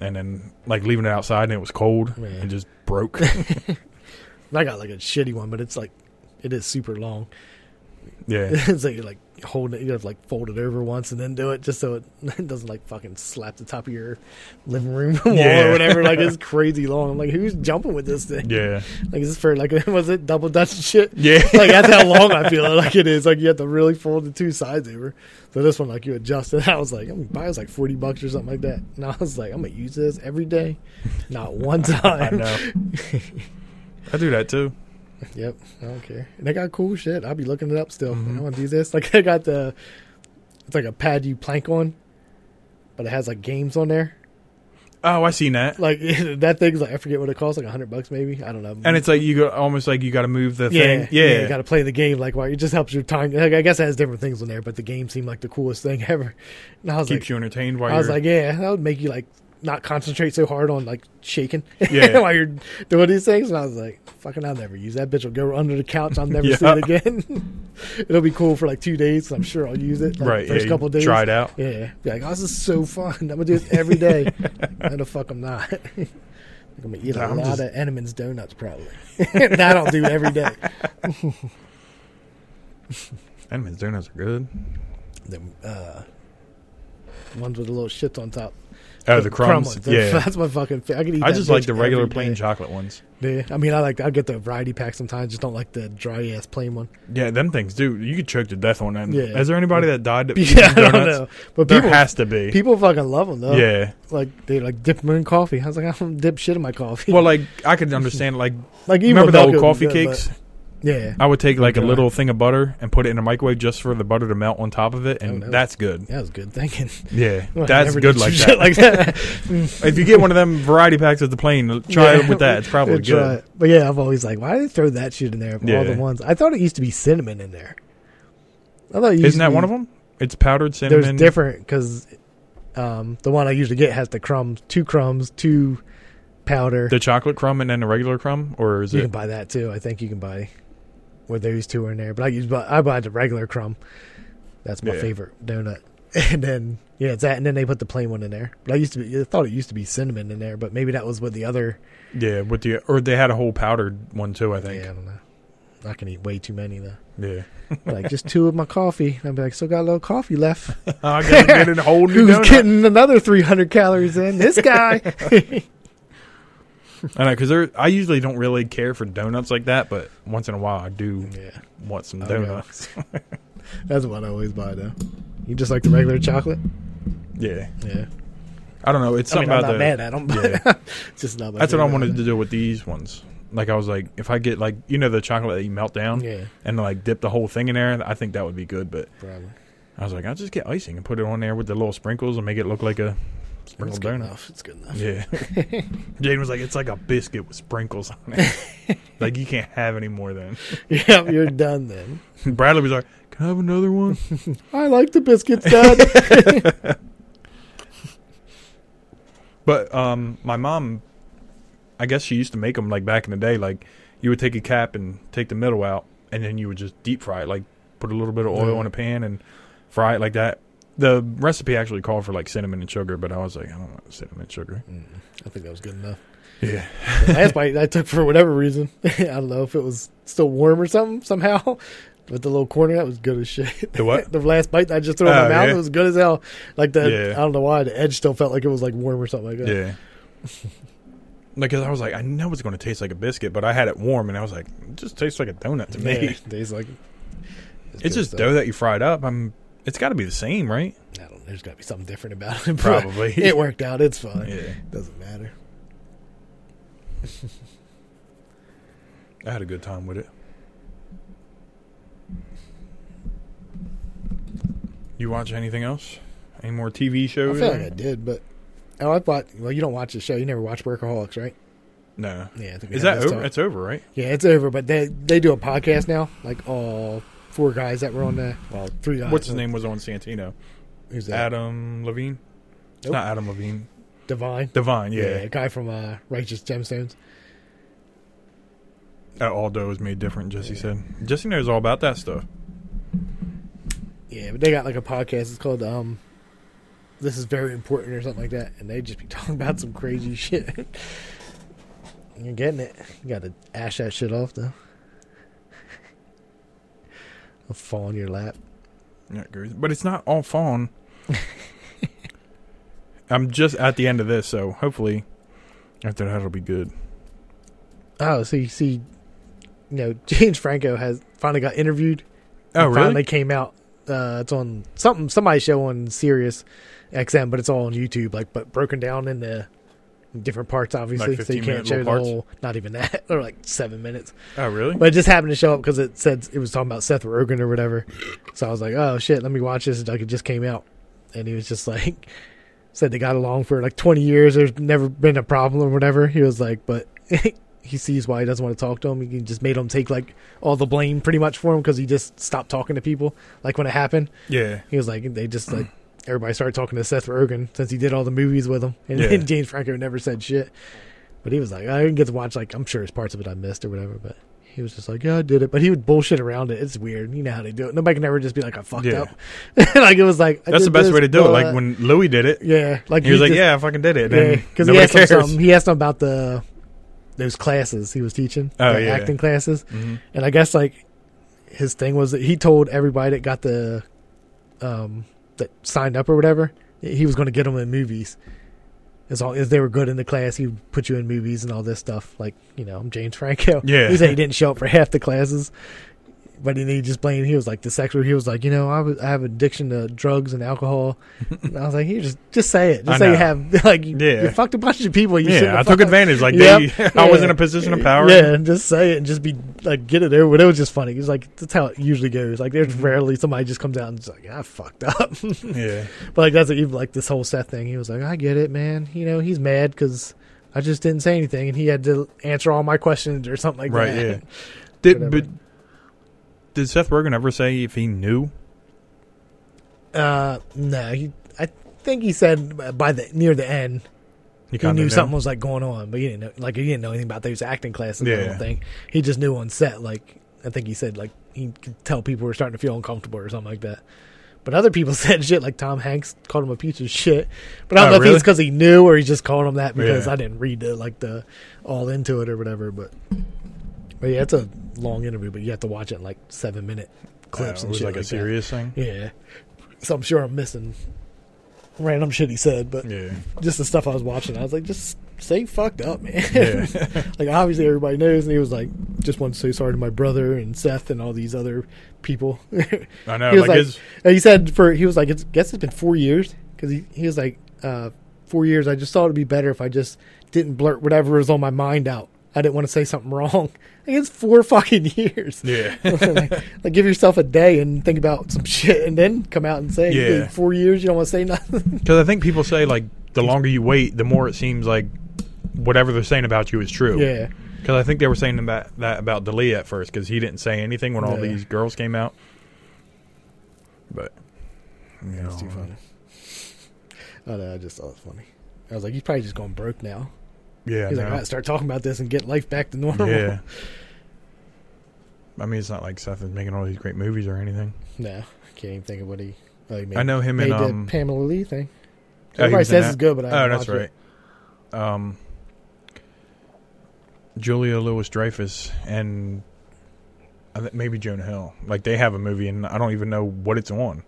And then like leaving it outside, and it was cold.
Yeah.
It just broke.
I got like a shitty one, but it's like it is super long.
yeah.
it's like you're like holding it. You have to like fold it over once and then do it just so it, it doesn't like fucking slap the top of your living room wall
Yeah.
or whatever. Like it's crazy long. I'm like, who's jumping with this thing?
Yeah.
Like is this for like was it double dutch shit?
Yeah.
like that's how long I feel like it is. Like you have to really fold the two sides over. So this one, like you adjust it. I was like, I'm gonna buy this like forty bucks or something like that. And I was like, I'm gonna use this every day, not one
I
time.
know. I do that too.
yep, I don't care. And they got cool shit. I'll be looking it up still.
Mm-hmm.
I want to do this. Like I got the, it's like a pad you plank on, but it has like games on there.
Oh, I seen that.
Like that thing's like I forget what it costs, like hundred bucks maybe. I don't know.
And it's like you go almost like you got to move the thing. Yeah.
you got to play the game. Like, why? It just helps your time. Like, I guess it has different things on there, but the game seemed like the coolest thing ever. And I was
Keeps
like,
you entertained while
I was
you're.
like, yeah, that would make you like not concentrate so hard on like shaking
Yeah.
while you're doing these things. And I was like, fucking, I'll never use that bitch. Will go under the couch. I'll never see
Yeah.
it again. It'll be cool for like two days. 'cause I'm sure I'll use it. Like,
right.
First
yeah,
couple
you
days.
Try it out.
Yeah. Be like, oh, this is so fun. I'm gonna do this every day. no, the fuck, I'm not. Like, I'm gonna eat a
Nah, I'm
lot
just-
of Enemans donuts probably. that I don't do every day.
Enemans donuts are good.
The uh, ones with the little shits on top.
Oh, the crumbs.
ones.
yeah.
that's my fucking. Fa- I could eat.
I
that
just like
bitch
the regular
every
plain
day.
chocolate ones.
Yeah, I mean, I like. I get the variety pack sometimes. Just don't like the dry ass plain one.
Yeah, them things, dude. You could choke to death on them.
Yeah.
Is there anybody that died? That
Yeah, I don't
donuts?
know, but
There
people
has to be.
people fucking love them though.
yeah.
like they like dip them in coffee. I was like, I don't dip shit in my coffee.
Well, like I could understand. Like
like even
remember the
milk
old
would
coffee
be good,
cakes?
but- Yeah,
I would take like a
Okay.
little thing of butter and put it in a microwave just for the butter to melt on top of it, and
Oh, no.
that's good.
that was good thinking.
Yeah,
Well, I
that's
never
good
did
like
shit
that.
like that.
if you get one of them variety packs of the plane, try
Yeah.
it with that. It's probably
Yeah, try
good.
it. But yeah, I've always like, why did they throw that shit in there? Of all
Yeah.
the ones, I thought it used to be cinnamon in there. I thought it used
Isn't
to
that
be,
one of them? It's powdered cinnamon.
There's different because um, the one I usually get has the crumbs, two crumbs, two powder.
The chocolate crumb and then the regular crumb, or is
you can
it?
buy that too. I think you can buy where those two are in there. But I use, but I buy the regular crumb. That's my
Yeah.
favorite donut. And then yeah, it's that. And then they put the plain one in there. But I used to be, I thought it used to be cinnamon in there, but maybe that was with the other
Yeah, with the or they had a whole powdered one too. I think.
Yeah, I don't know. I can eat way too many though.
Yeah,
Like just two of my coffee. And I'd be like, still got a little coffee left.
I gotta get a whole new
Who's
donut.
getting another 300 calories in? This guy.
I know because there. I usually don't really care for donuts like that, but once in a while I do
yeah,
want some
Oh, yeah.
donuts.
that's what I always buy though. You just like the regular chocolate?
Yeah.
Yeah.
I don't know. It's
I mean,
something
I'm
about
not
the.
mad at them, but it's just not. My
That's what I
favorite.
wanted to do with these ones. Like I was like, if I get like you know the chocolate that you melt down
Yeah,
and like dip the whole thing in there, I think that would be good. But
probably.
I was like, I'll just get icing and put it on there with the little sprinkles and make it look like a
It's
sprinkled
good
donut.
enough. It's good enough.
Yeah. Jaden was like, it's like a biscuit with sprinkles on it. like you can't have any more then.
Yep, you're done then.
Bradley was like, can I have another one?
I like the biscuits, Dad.
But um, my mom, I guess she used to make them like back in the day. Like you would take a cap and take the middle out, and then you would just deep fry it. Like put a little bit of oil
Yeah.
in a pan and fry it like that. The recipe actually called for like cinnamon and sugar, but I was like, I don't want cinnamon and sugar.
Mm, I think that was good enough.
Yeah,
The last bite I took for whatever reason. I don't know if it was still warm or something somehow. But the little corner that was good as shit.
The what?
the last bite I just threw in
Oh,
my mouth,
yeah.
it was good as hell. Like the
Yeah.
I don't know why the edge still felt like it was like warm or something like that.
yeah. Like, 'cause I was like, I know it's going to taste like a biscuit, but I had it warm, and I was like, it just tastes like a donut to me.
Yeah, tastes like
It's
good
just
stuff.
dough that you fried up. I'm. It's got to be the same, right?
I don't. know, There's got to be something different about it. but
Probably.
it worked out. It's fine.
Yeah.
Doesn't matter.
I had a good time with it. You watch anything else? Any more TV
I
shows?
feel like I did, but oh, I thought. Well, you don't watch the show. You never watch Workaholics, right?
no.
Yeah. I think we
Is that
had this
over?
talk.
It's over, right?
Yeah, it's over. But they they do a podcast now. Like all four guys that were on the well, three guys.
What's his name was on Santino?
Who's that?
Adam Levine. It's
Nope.
not Adam Levine.
Divine.
Divine, yeah.
a guy from uh, Righteous Gemstones.
Uh, Aldo is made different, Jesse
Yeah.
said. Jesse knows all about that stuff.
Yeah, but they got like a podcast. It's called um, "This is Very Important" or something like that, and they just be talking about some crazy shit. You're getting it. You got to ash that shit off though. It'll fall on your lap.
Yeah, it goes- but it's not all fawn. I'm just at the end of this, so hopefully after that it'll be good.
Oh, so you see, you know, James Franco has finally got interviewed.
Oh,
It Finally
really?
came out. Uh, it's on something somebody show on Sirius XM, but it's all on YouTube. Like, but broken down into different parts, obviously, so you
15
can't
minute
show the
little parts?
whole. Not even that. or like seven minutes.
Oh, really?
But it just happened to show up because it said it was talking about Seth Rogen or whatever. So I was like, oh shit, let me watch this. Like it just came out, and he was just like, said they got along for like 20 years. There's never been a problem or whatever. He was like, but he sees why he doesn't want to talk to him. He just made him take like all the blame pretty much for him because he just stopped talking to people. Like when it happened,
yeah.
he was like, they just like. Everybody started talking to Seth Rogen since he did all the movies with him, and,
Yeah.
James Franco never said shit. But he was like, I didn't get to watch like I'm sure it's parts of it I missed or whatever. But he was just like, yeah, I did it. But he would bullshit around it. It's weird. You know how they do it. Nobody can ever just be like, I fucked
Yeah.
up. like it was like I
That's
did
the best
this,
way to do it.
but-
Like when Louis did it,
yeah, like
he was like,
just-
"Yeah, I fucking did it."
yeah,
And
because he
nobody
asked him
cares.
something. He asked him about the those classes he was teaching,
Oh,
the
yeah.
acting classes.
Mhm.
And I guess like his thing was that he told everybody that got the um that signed up or whatever he was going to get them in movies. As long as they were good in the class, he would put you in movies and all this stuff. Like you know, I'm James Franco.
Yeah.
he said he didn't show up for half the classes, but then he just blamed. He was like the sexual. He was like, you know, I, was, I have addiction to drugs and alcohol. and I was like, you just just say it. Just
I
say you
know.
have like you,
Yeah.
you fucked a bunch of people. You shouldn't
Yeah, I
have
took
fucked.
advantage. Like
Yep.
they, I was in
Yeah.
a position of power.
Yeah, and just say it and just be like, get it over. with. It was just funny. It was like that's how it usually goes. Like
Mm-hmm.
there's rarely somebody just comes out and just like, I fucked up.
yeah.
But like that's what even like this whole Seth thing. He was like, I get it, man. You know, he's mad because I just didn't say anything, and he had to answer all my questions or something like
right.
that.
Yeah. Did
Whatever.
but did Seth Rogen ever say if he knew?
Uh, no, he, I think he said by the near the end he
kinda
knew something was like going on, but he didn't know like he didn't know anything about those acting classes. Yeah. I
Yeah.
don't think he just knew on set. Like I think he said like he could tell people were starting to feel uncomfortable or something like that. But other people said shit like Tom Hanks called him a piece of shit. But I don't
Oh,
know if
really?
it's because he knew or he just called him that because
Yeah.
I didn't read the like the all into it or whatever. But but yeah, it's a long interview, but you have to watch it in, like seven minute
Uh, it
clips and
was
shit
like, a
that.
serious thing.
Yeah. So I'm sure I'm missing random shit he said, but
Yeah.
just the stuff I was watching, I was like, just say fucked up, man.
Yeah.
like obviously everybody knows, and he was like, just want to say sorry to my brother and Seth and all these other people.
I know.
he
Oh, Like,
was like,
his-
and he said for he was like, it's guess it's been four years because he he was like, uh, four years. I just thought it'd be better if I just didn't blurt whatever was on my mind out. I didn't want to say something wrong. Like, it's four fucking years.
yeah.
like, like, give yourself a day and think about some shit, and then come out and say,
Yeah.
"Hey, four years, you don't want to say nothing.
Because I think people say like the longer you wait, the more it seems like whatever they're saying about you is true.
yeah,
Because I think they were saying about that about Delia at first because he didn't say anything when all
Yeah.
these girls came out. But yeah,
it's too funny. I don't know, I just thought it was funny. I was like, he's probably just going broke now.
Yeah,
He's like,
no.
I gotta start talking about this and get life back to normal.
yeah. I mean, it's not like Seth is making all these great movies or anything.
No, I can't even think of what he. Oh, he made,
I know him
made
and
the
um.
Pamela Lee
oh,
thing.
he
Everybody
was in
says
that.
it's good, but I
oh,
haven't
that's
watched
right.
it.
Um, Julia Louis Dreyfus and I think maybe Jonah Hill. Like they have a movie, and I don't even know what it's on.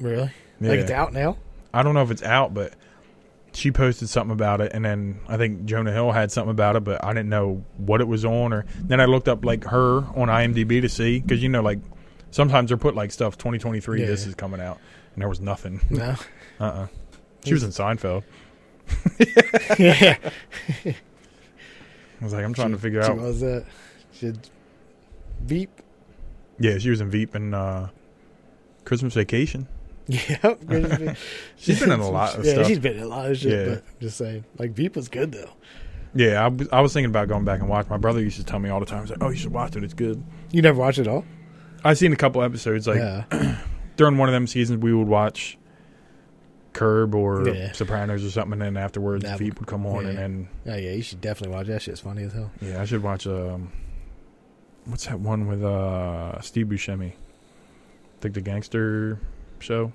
Really?
Yeah.
Like it's out now.
I don't know if it's out, but she posted something about it, and then I think Jonah Hill had something about it, but I didn't know what it was on. Or then I looked up like her on IMDb to see because you know like sometimes they're put like stuff 2023
Yeah.
this is coming out, and there was nothing.
No.
Uh uh She was in Seinfeld.
yeah.
I was like, I'm trying to figure
She
out.
was that? She beep.
Yeah, she was in Veep and uh, Christmas Vacation.
Yep. Grizzly.
She's been in a lot of
yeah,
stuff.
she's been in a lot of shit.
Yeah.
But I'm just saying, like Veep was good though.
Yeah, I was, I was thinking about going back and watch. My brother used to tell me all the time, he's like, "Oh, you should watch it. It's good."
You never watched it all?
I've seen a couple episodes. Like
yeah.
during one of them seasons, we would watch Curb or
Yeah.
Sopranos or something, and then afterwards
That-
the feet would come on, and
yeah.
then
Oh yeah, you should definitely watch that. Shit's funny as hell.
yeah, I should watch um, what's that one with uh Steve Buscemi? Think the gangster show.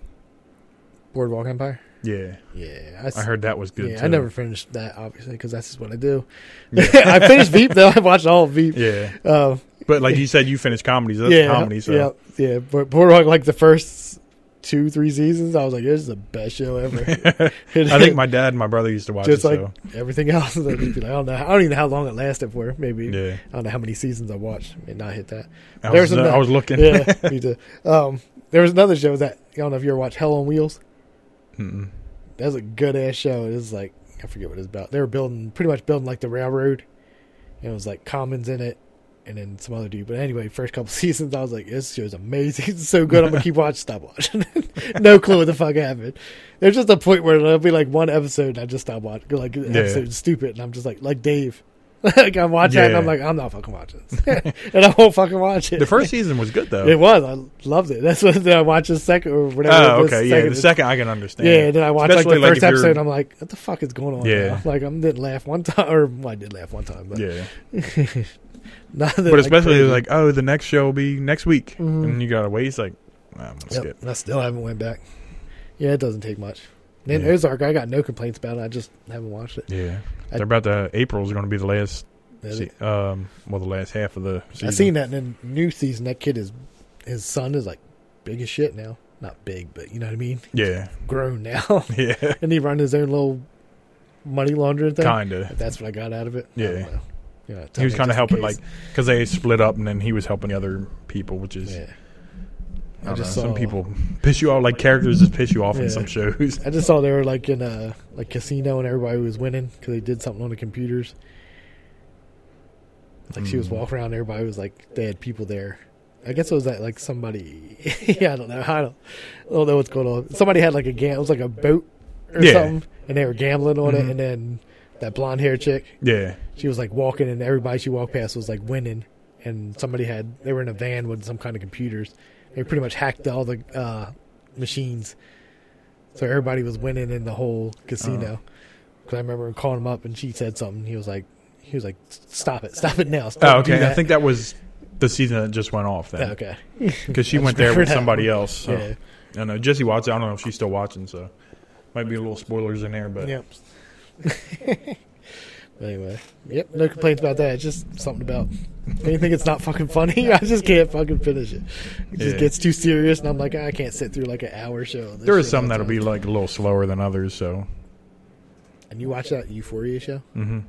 Boardwalk Empire.
Yeah,
Yeah, I, s-
I heard that was good.
yeah,
too.
I never finished that obviously because that's just what I do.
Yeah.
I finished Veep though. I watched all of Veep.
Yeah,
Um,
but like you said, you finished comedies. That's
yeah,
comedy. So
yeah, yeah. But Boardwalk like the first two three seasons, I was like, this is the best show ever.
I think my dad and my brother used to watch
Just
it.
like-
so
everything else, I'd just be like, I don't know, I don't even know how long it lasted for. Maybe
yeah,
I don't know how many seasons I watched. I may not hit that.
I
There's
was, uh,
another-
I was looking.
Yeah, me too. Um, there was another show that I don't know if you ever watched Hell on Wheels.
Mm-mm.
That was a good ass show. It was like I forget what it's about. They were building pretty much building like the railroad, and it was like Commons in it, and then some other dude. But anyway, first couple seasons, I was like, this show's amazing. It's so good. I'm gonna keep watching. Stop watching. no clue what the fuck happened. There's just a point where there'll be like one episode, and I just stop watching. Like the
Yeah.
episode's stupid, and I'm just like, like Dave. like I'm watching, it and I'm
Yeah.
like, I'm not fucking watching this, and I won't fucking watch it.
The first season was good though.
It was. I loved it. That's what I watched the second or whatever.
oh,
it was,
okay, yeah. The second I can understand.
yeah, and then I watched like
Especially,
the
like,
first
if you're-
episode. and I'm like, what the fuck is going on?
Yeah.
now? like I didn't laugh one time, or well, I did laugh one time, but
yeah.
not that,
But especially
crazy.
like, oh, the next show will be next week,
Mhm.
and you gotta wait. It's like, nah, I'm gonna
Yep,
skip.
I still haven't went back. Yeah, it doesn't take much. Then
Yeah.
Ozark, I got no complaints about it. I just haven't watched it.
Yeah,
I-
they're about to. April's gonna be the last.
That's
se-
it.
um, well, the last half of the season.
I seen that in the new season. That kid is his son is like big as shit now. Not big, but you know what I mean.
Yeah,
Grown now,
yeah,
and he run his own little money laundering thing.
kinda.
If that's what I got out of it. I
Yeah.
don't know. You know, tell
He was
me
kind of
just in
helping, like,
case.
because they split up, and then he was helping the other people, which is
Yeah.
I
I,
don't
just
know,
saw
some people piss you off. Like characters just piss you off
Yeah.
in some shows.
I just saw they were like in a like casino and everybody was winning because they did something on the computers. Like she was
Hmm.
walking around, everybody was like they had people there. I guess it was that like somebody. yeah, I don't know. I don't, I don't know what's going on. Somebody had like a gam. It was like a boat or
Yeah.
something, and they were gambling on
Mhm.
it. And then that blonde hair chick,
Yeah,
she was like walking and everybody she walked past was like winning and somebody had they were in a van with some kind of computers they pretty much hacked all the uh, machines so everybody was winning in the whole casino
Uh-huh.
because i remember calling him up and she said something he was like he was like stop it stop it now stop
Oh,
do
okay. I
that."
think that was the season that just went off
Oh,
then,
okay
because she
I
went
just
there with
remember that
somebody
one.
else. So.
yeah
I don't know Jesse Watson. I don't know if she's still watching, so might be a little spoilers in there, but
yep anyway yep no complaints about that it's just something about anything that's not fucking funny i just can't fucking finish it it just
Yeah.
gets too serious and i'm like i can't sit through like an hour show of this
there is
shit
some
all the
that'll be
time.
like a little slower than others. So
and you watch that euphoria show
hmm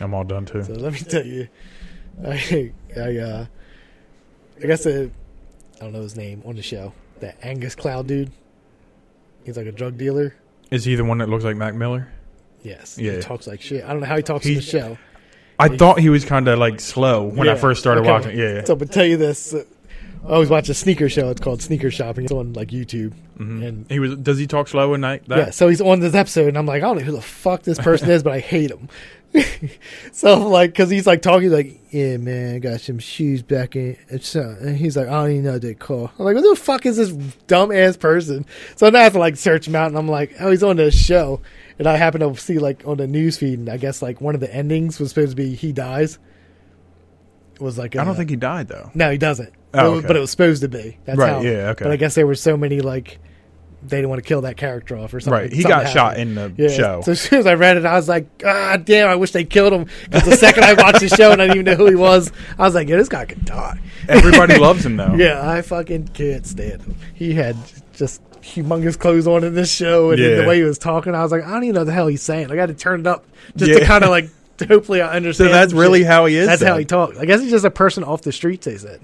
I'm all done too.
so let me tell you i i uh i guess I i don't know his name on the show that angus cloud dude he's like a drug dealer
Is he the one that looks like Mac Miller?
yes
Yeah.
he talks like shit i don't know how he talks on
He-
the show
I thought he was kind of like slow when I
Yeah.
first started
Okay.
watching. Yeah,
So, but tell you this, uh, I always watch a sneaker show. It's called Sneaker Shopping. It's on like YouTube.
hmm
And-
he was. Does he talk slow at night? That?
Yeah. So he's on this episode, and I'm like, I don't know who the fuck this person is, but I hate him. so I'm like, because he's like talking like, yeah, man, I got some shoes back in. It's, uh, and he's like, I don't even know what they call. I'm like, who the fuck is this dumb ass person? So now I have to like search him out, and I'm like, oh, he's on this show. And I happen to see like on the news feed, and I guess like one of the endings was supposed to be he dies. Was like
I don't
uh,
think he died though.
no, he doesn't.
Oh,
But-
okay.
But it was supposed to be. That's
Right,
How.
yeah, okay.
But I guess there were so many like they didn't want to kill that character off or something.
Right, he
Something
got shot
happened.
in the
yeah.
show.
So as soon as I read it, I was like, God damn! I wish they killed him. Because the second I watched the show and I didn't even know who he was, I was like, Yeah, this guy could die.
Everybody loves him though.
Yeah, I fucking can't stand him. He had just humongous clothes on in this show, and then
Yeah.
the way he was talking, I was like, I don't even know what the hell he's saying. Like, I had to turn it up just to
Yeah.
kind of like. Hopefully, I understand.
that's
some
really
shit.
how he is,
That's how
then.
he talks. I guess he's just a person off the streets. They said.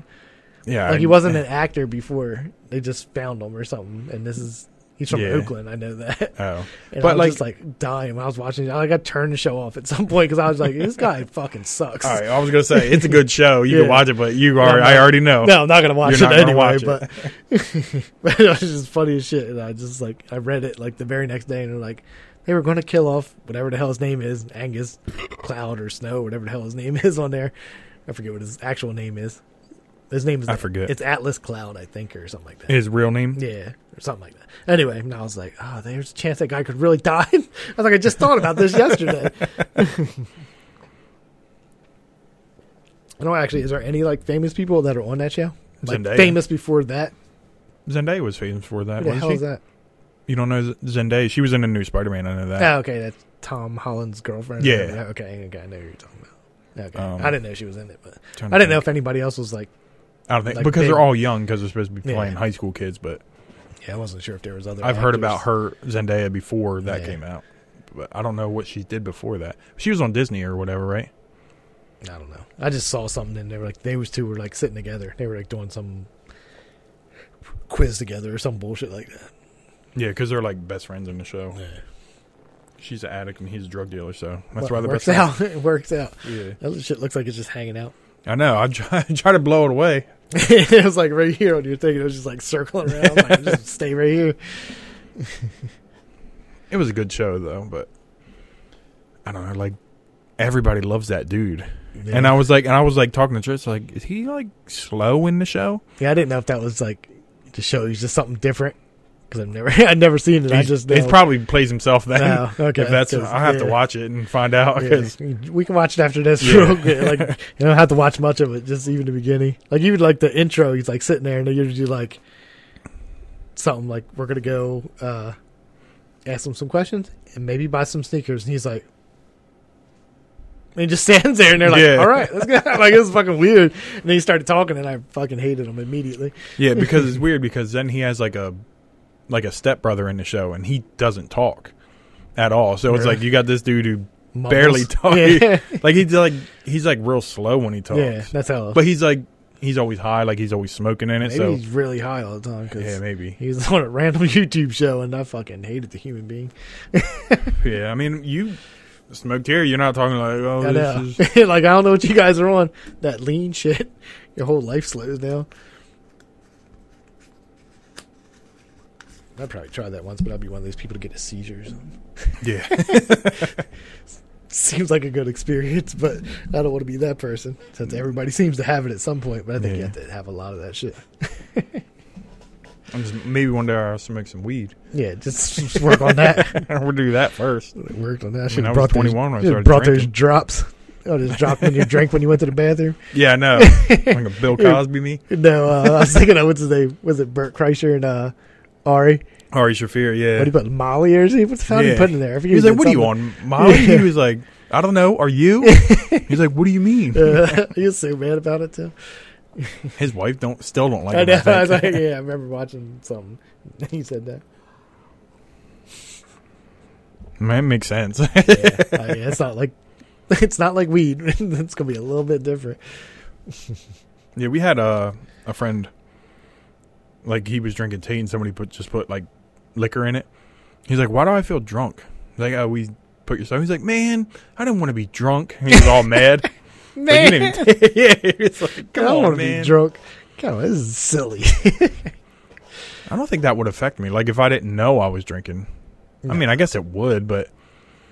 yeah.
Like
I-
he wasn't an actor before. They just found him or something. And this is he's from
Yeah.
Oakland. I know that.
Oh,
And I
but
was
like,
just like dying when I was watching. it. I got turned the show off at some point because I was like, this guy fucking sucks.
all right, I was gonna say it's a good show. You
Yeah.
can watch it, but you are.
No,
I
no.
already know.
No, I'm not gonna watch
You're
it
not
anyway.
gonna watch
But, but it was just funny as shit. And I just like I read it like the very next day, and they're like, they were going to kill off whatever the hell his name is, Angus Cloud or Snow, whatever the hell his name is on there. I forget what his actual name is. His name is
I forget.
It's Atlas Cloud, I think, or something like that.
His real name?
yeah, or something like that. Anyway, and I was like, oh, there's a chance that guy could really die. I was like, I just thought about this yesterday. I don't actually. Is there any like famous people that are on that show? Like
Zendaya.
famous before that?
Zendaya was famous for that.
Who the
wasn't
hell
she?
is that?
You don't know Z- Zendaya? She was in the new Spider-Man. I know that.
Oh, okay, that's Tom Holland's girlfriend.
Uh, Yeah.
Okay. Okay. I know who you're talking about. Okay.
Um,
I didn't know she was in it, but
Trying to
I didn't know
think.
if anybody else was like.
I don't think
like,
because
big-
they're all young because they're supposed to be
Yeah.
playing high school kids. But
Yeah, I wasn't sure if there was other.
I've heard
actors.
about her Zendaya before that
Yeah.
came out. But I don't know what she did before that. She was on Disney or whatever, right?
I don't know. I just saw something and they were like they was two were like sitting together. They were like doing some quiz together or some bullshit like that.
Yeah, because they're like best friends in the show.
Yeah.
She's an addict and he's a drug dealer, so that's why
Well,
they're
works
best friends.
out. it works out.
Yeah.
That shit looks like it's just hanging out.
I know. I try, I try to blow it away.
it was like right here on your thing. It was just like circling around. like, just stay right here.
It was a good show though, but I don't know. Like everybody loves that dude,
Yeah.
and I was like, and I was like talking to Tris, like, is he like slow in the show?
yeah, I didn't know if that was like the show was just something different because I've never I've never seen it. I
He's-
just know.
he probably plays himself then.
No, okay,
if that's,
'cause-
I have to
yeah.
watch it and find out
Yeah.
'cause
we can watch it after this
Yeah.
real quick. Like you don't have to watch much of it, just even the beginning. Like even like the intro, he's like sitting there and they usually do like something like we're gonna go uh ask him some questions and maybe buy some sneakers and he's like and he just stands there and they're like,
Yeah.
All right, let's go like it's fucking weird. And then he started talking and I fucking hated him immediately.
yeah, because it's weird because then he has like a like a stepbrother in the show and he doesn't talk at all. So it's
Really?
like you got this dude who
Mumbles.
barely talks.
Yeah.
like he's like he's like real slow when he talks.
yeah, that's how
But he's like he's always high, like he's always smoking in it.
maybe
so
he's really high all the time because
yeah, maybe.
he was on a random YouTube show and I fucking hated the human being.
Yeah, I mean you smoked here. You're not talking like oh
I know.
this is.
like I don't know what you guys are on. That lean shit. Your whole life slows down. I'd probably try that once, but I'd be one of those people to get a seizure or something.
Yeah,
Seems like a good experience, but I don't want to be that person. Since everybody seems to have it at some point, but I think you
Yeah.
have to have a lot of that shit.
I'm just, maybe one day I'll smoke some weed.
Yeah, just, just work on that.
we'll do that first.
Worked on that.
When
Should
I was
have brought those-
21 when I
should've
started
brought those
drinking.
drops. Oh, just dropped in your drink when you went to the bathroom.
Yeah, I know. like a Bill Cosby me.
No, uh, I was thinking, of what's his name? Was it Bert Kreischer and uh, Ari?
Ari Shafir, yeah.
What do you put Molly or something? What the hell do you
Yeah.
put in there? I forget
He was
he
like,
did
"What are you
something.
on, Molly?"
Yeah.
He was like, "I don't know. Are you?" He's like, "What do you mean?"
Uh, he was so mad about it too.
His wife don't still don't like
I
him.
know.
I
I was
think.
like, yeah, I remember watching something. He said that.
Man, that makes sense.
Yeah, I mean, it's not like it's not like weed. it's gonna be a little bit different.
yeah, we had a a friend, like he was drinking tea and somebody put just put like liquor in it. He's like, "Why do I feel drunk?" Like, "Oh, we put your stuff." He's like, "Man, I didn't want to be drunk." And he was all mad. Like, you
Man,
didn't- yeah, it's like,
I
come
don't
on,
want to
man.
be drunk. God, this is silly.
I don't think that would affect me. Like if I didn't know I was drinking. I
No.
mean, I guess it would, but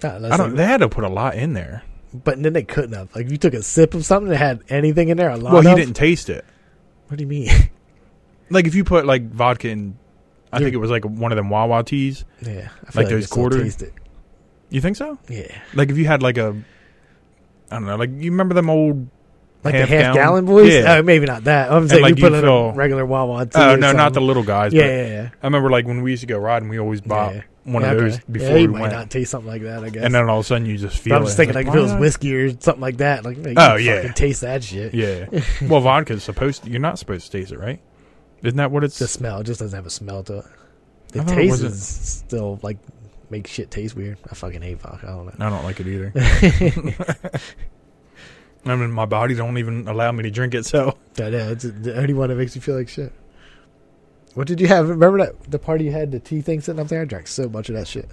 Nah, that's
I don't.
like-
They had to put a lot in there.
but then they couldn't have. Like, if you took a sip of something that had anything in there, a lot
Well, he
of-
didn't taste it.
What do you mean?
Like if you put like vodka in, I
Yeah.
think it was like one of them Wawa teas.
yeah, I
Like those
you still
quarter-
Taste it.
You think so?
Yeah,
Like if you had like a, I don't know. Like you remember them old.
like
Half
the half
gallon?
gallon, boys.
Yeah.
Oh, maybe not that. I'm saying
like,
you put
you
in a
feel-
regular Wawa. tea
Oh
or
no, not the
something.
little guys.
Yeah,
but
yeah, yeah.
I remember like when we used to go riding, we always bought
Yeah.
one
Yeah,
of those
okay.
before
yeah, you
we
might
went,
not taste something like that. I guess.
and then all of a sudden you just
but
feel.
I'm
it.
just thinking,
It's
like, if it was
why not?
whiskey or something like that, like man, you
Oh,
can
yeah.
fucking taste that shit.
Yeah. well, vodka is supposed. you're not supposed to taste it, right? Isn't that what it's?
The smell it just doesn't have a smell to it. The
I thought it
taste
wasn't-
is still like makes shit taste weird. I fucking hate vodka. I don't know.
I don't like it either. I mean, my body don't even allow me to drink it. So
I know it's the only one that makes you feel like shit. What did you have? Remember that the party you had the tea thing sitting up there? I drank so much of that shit.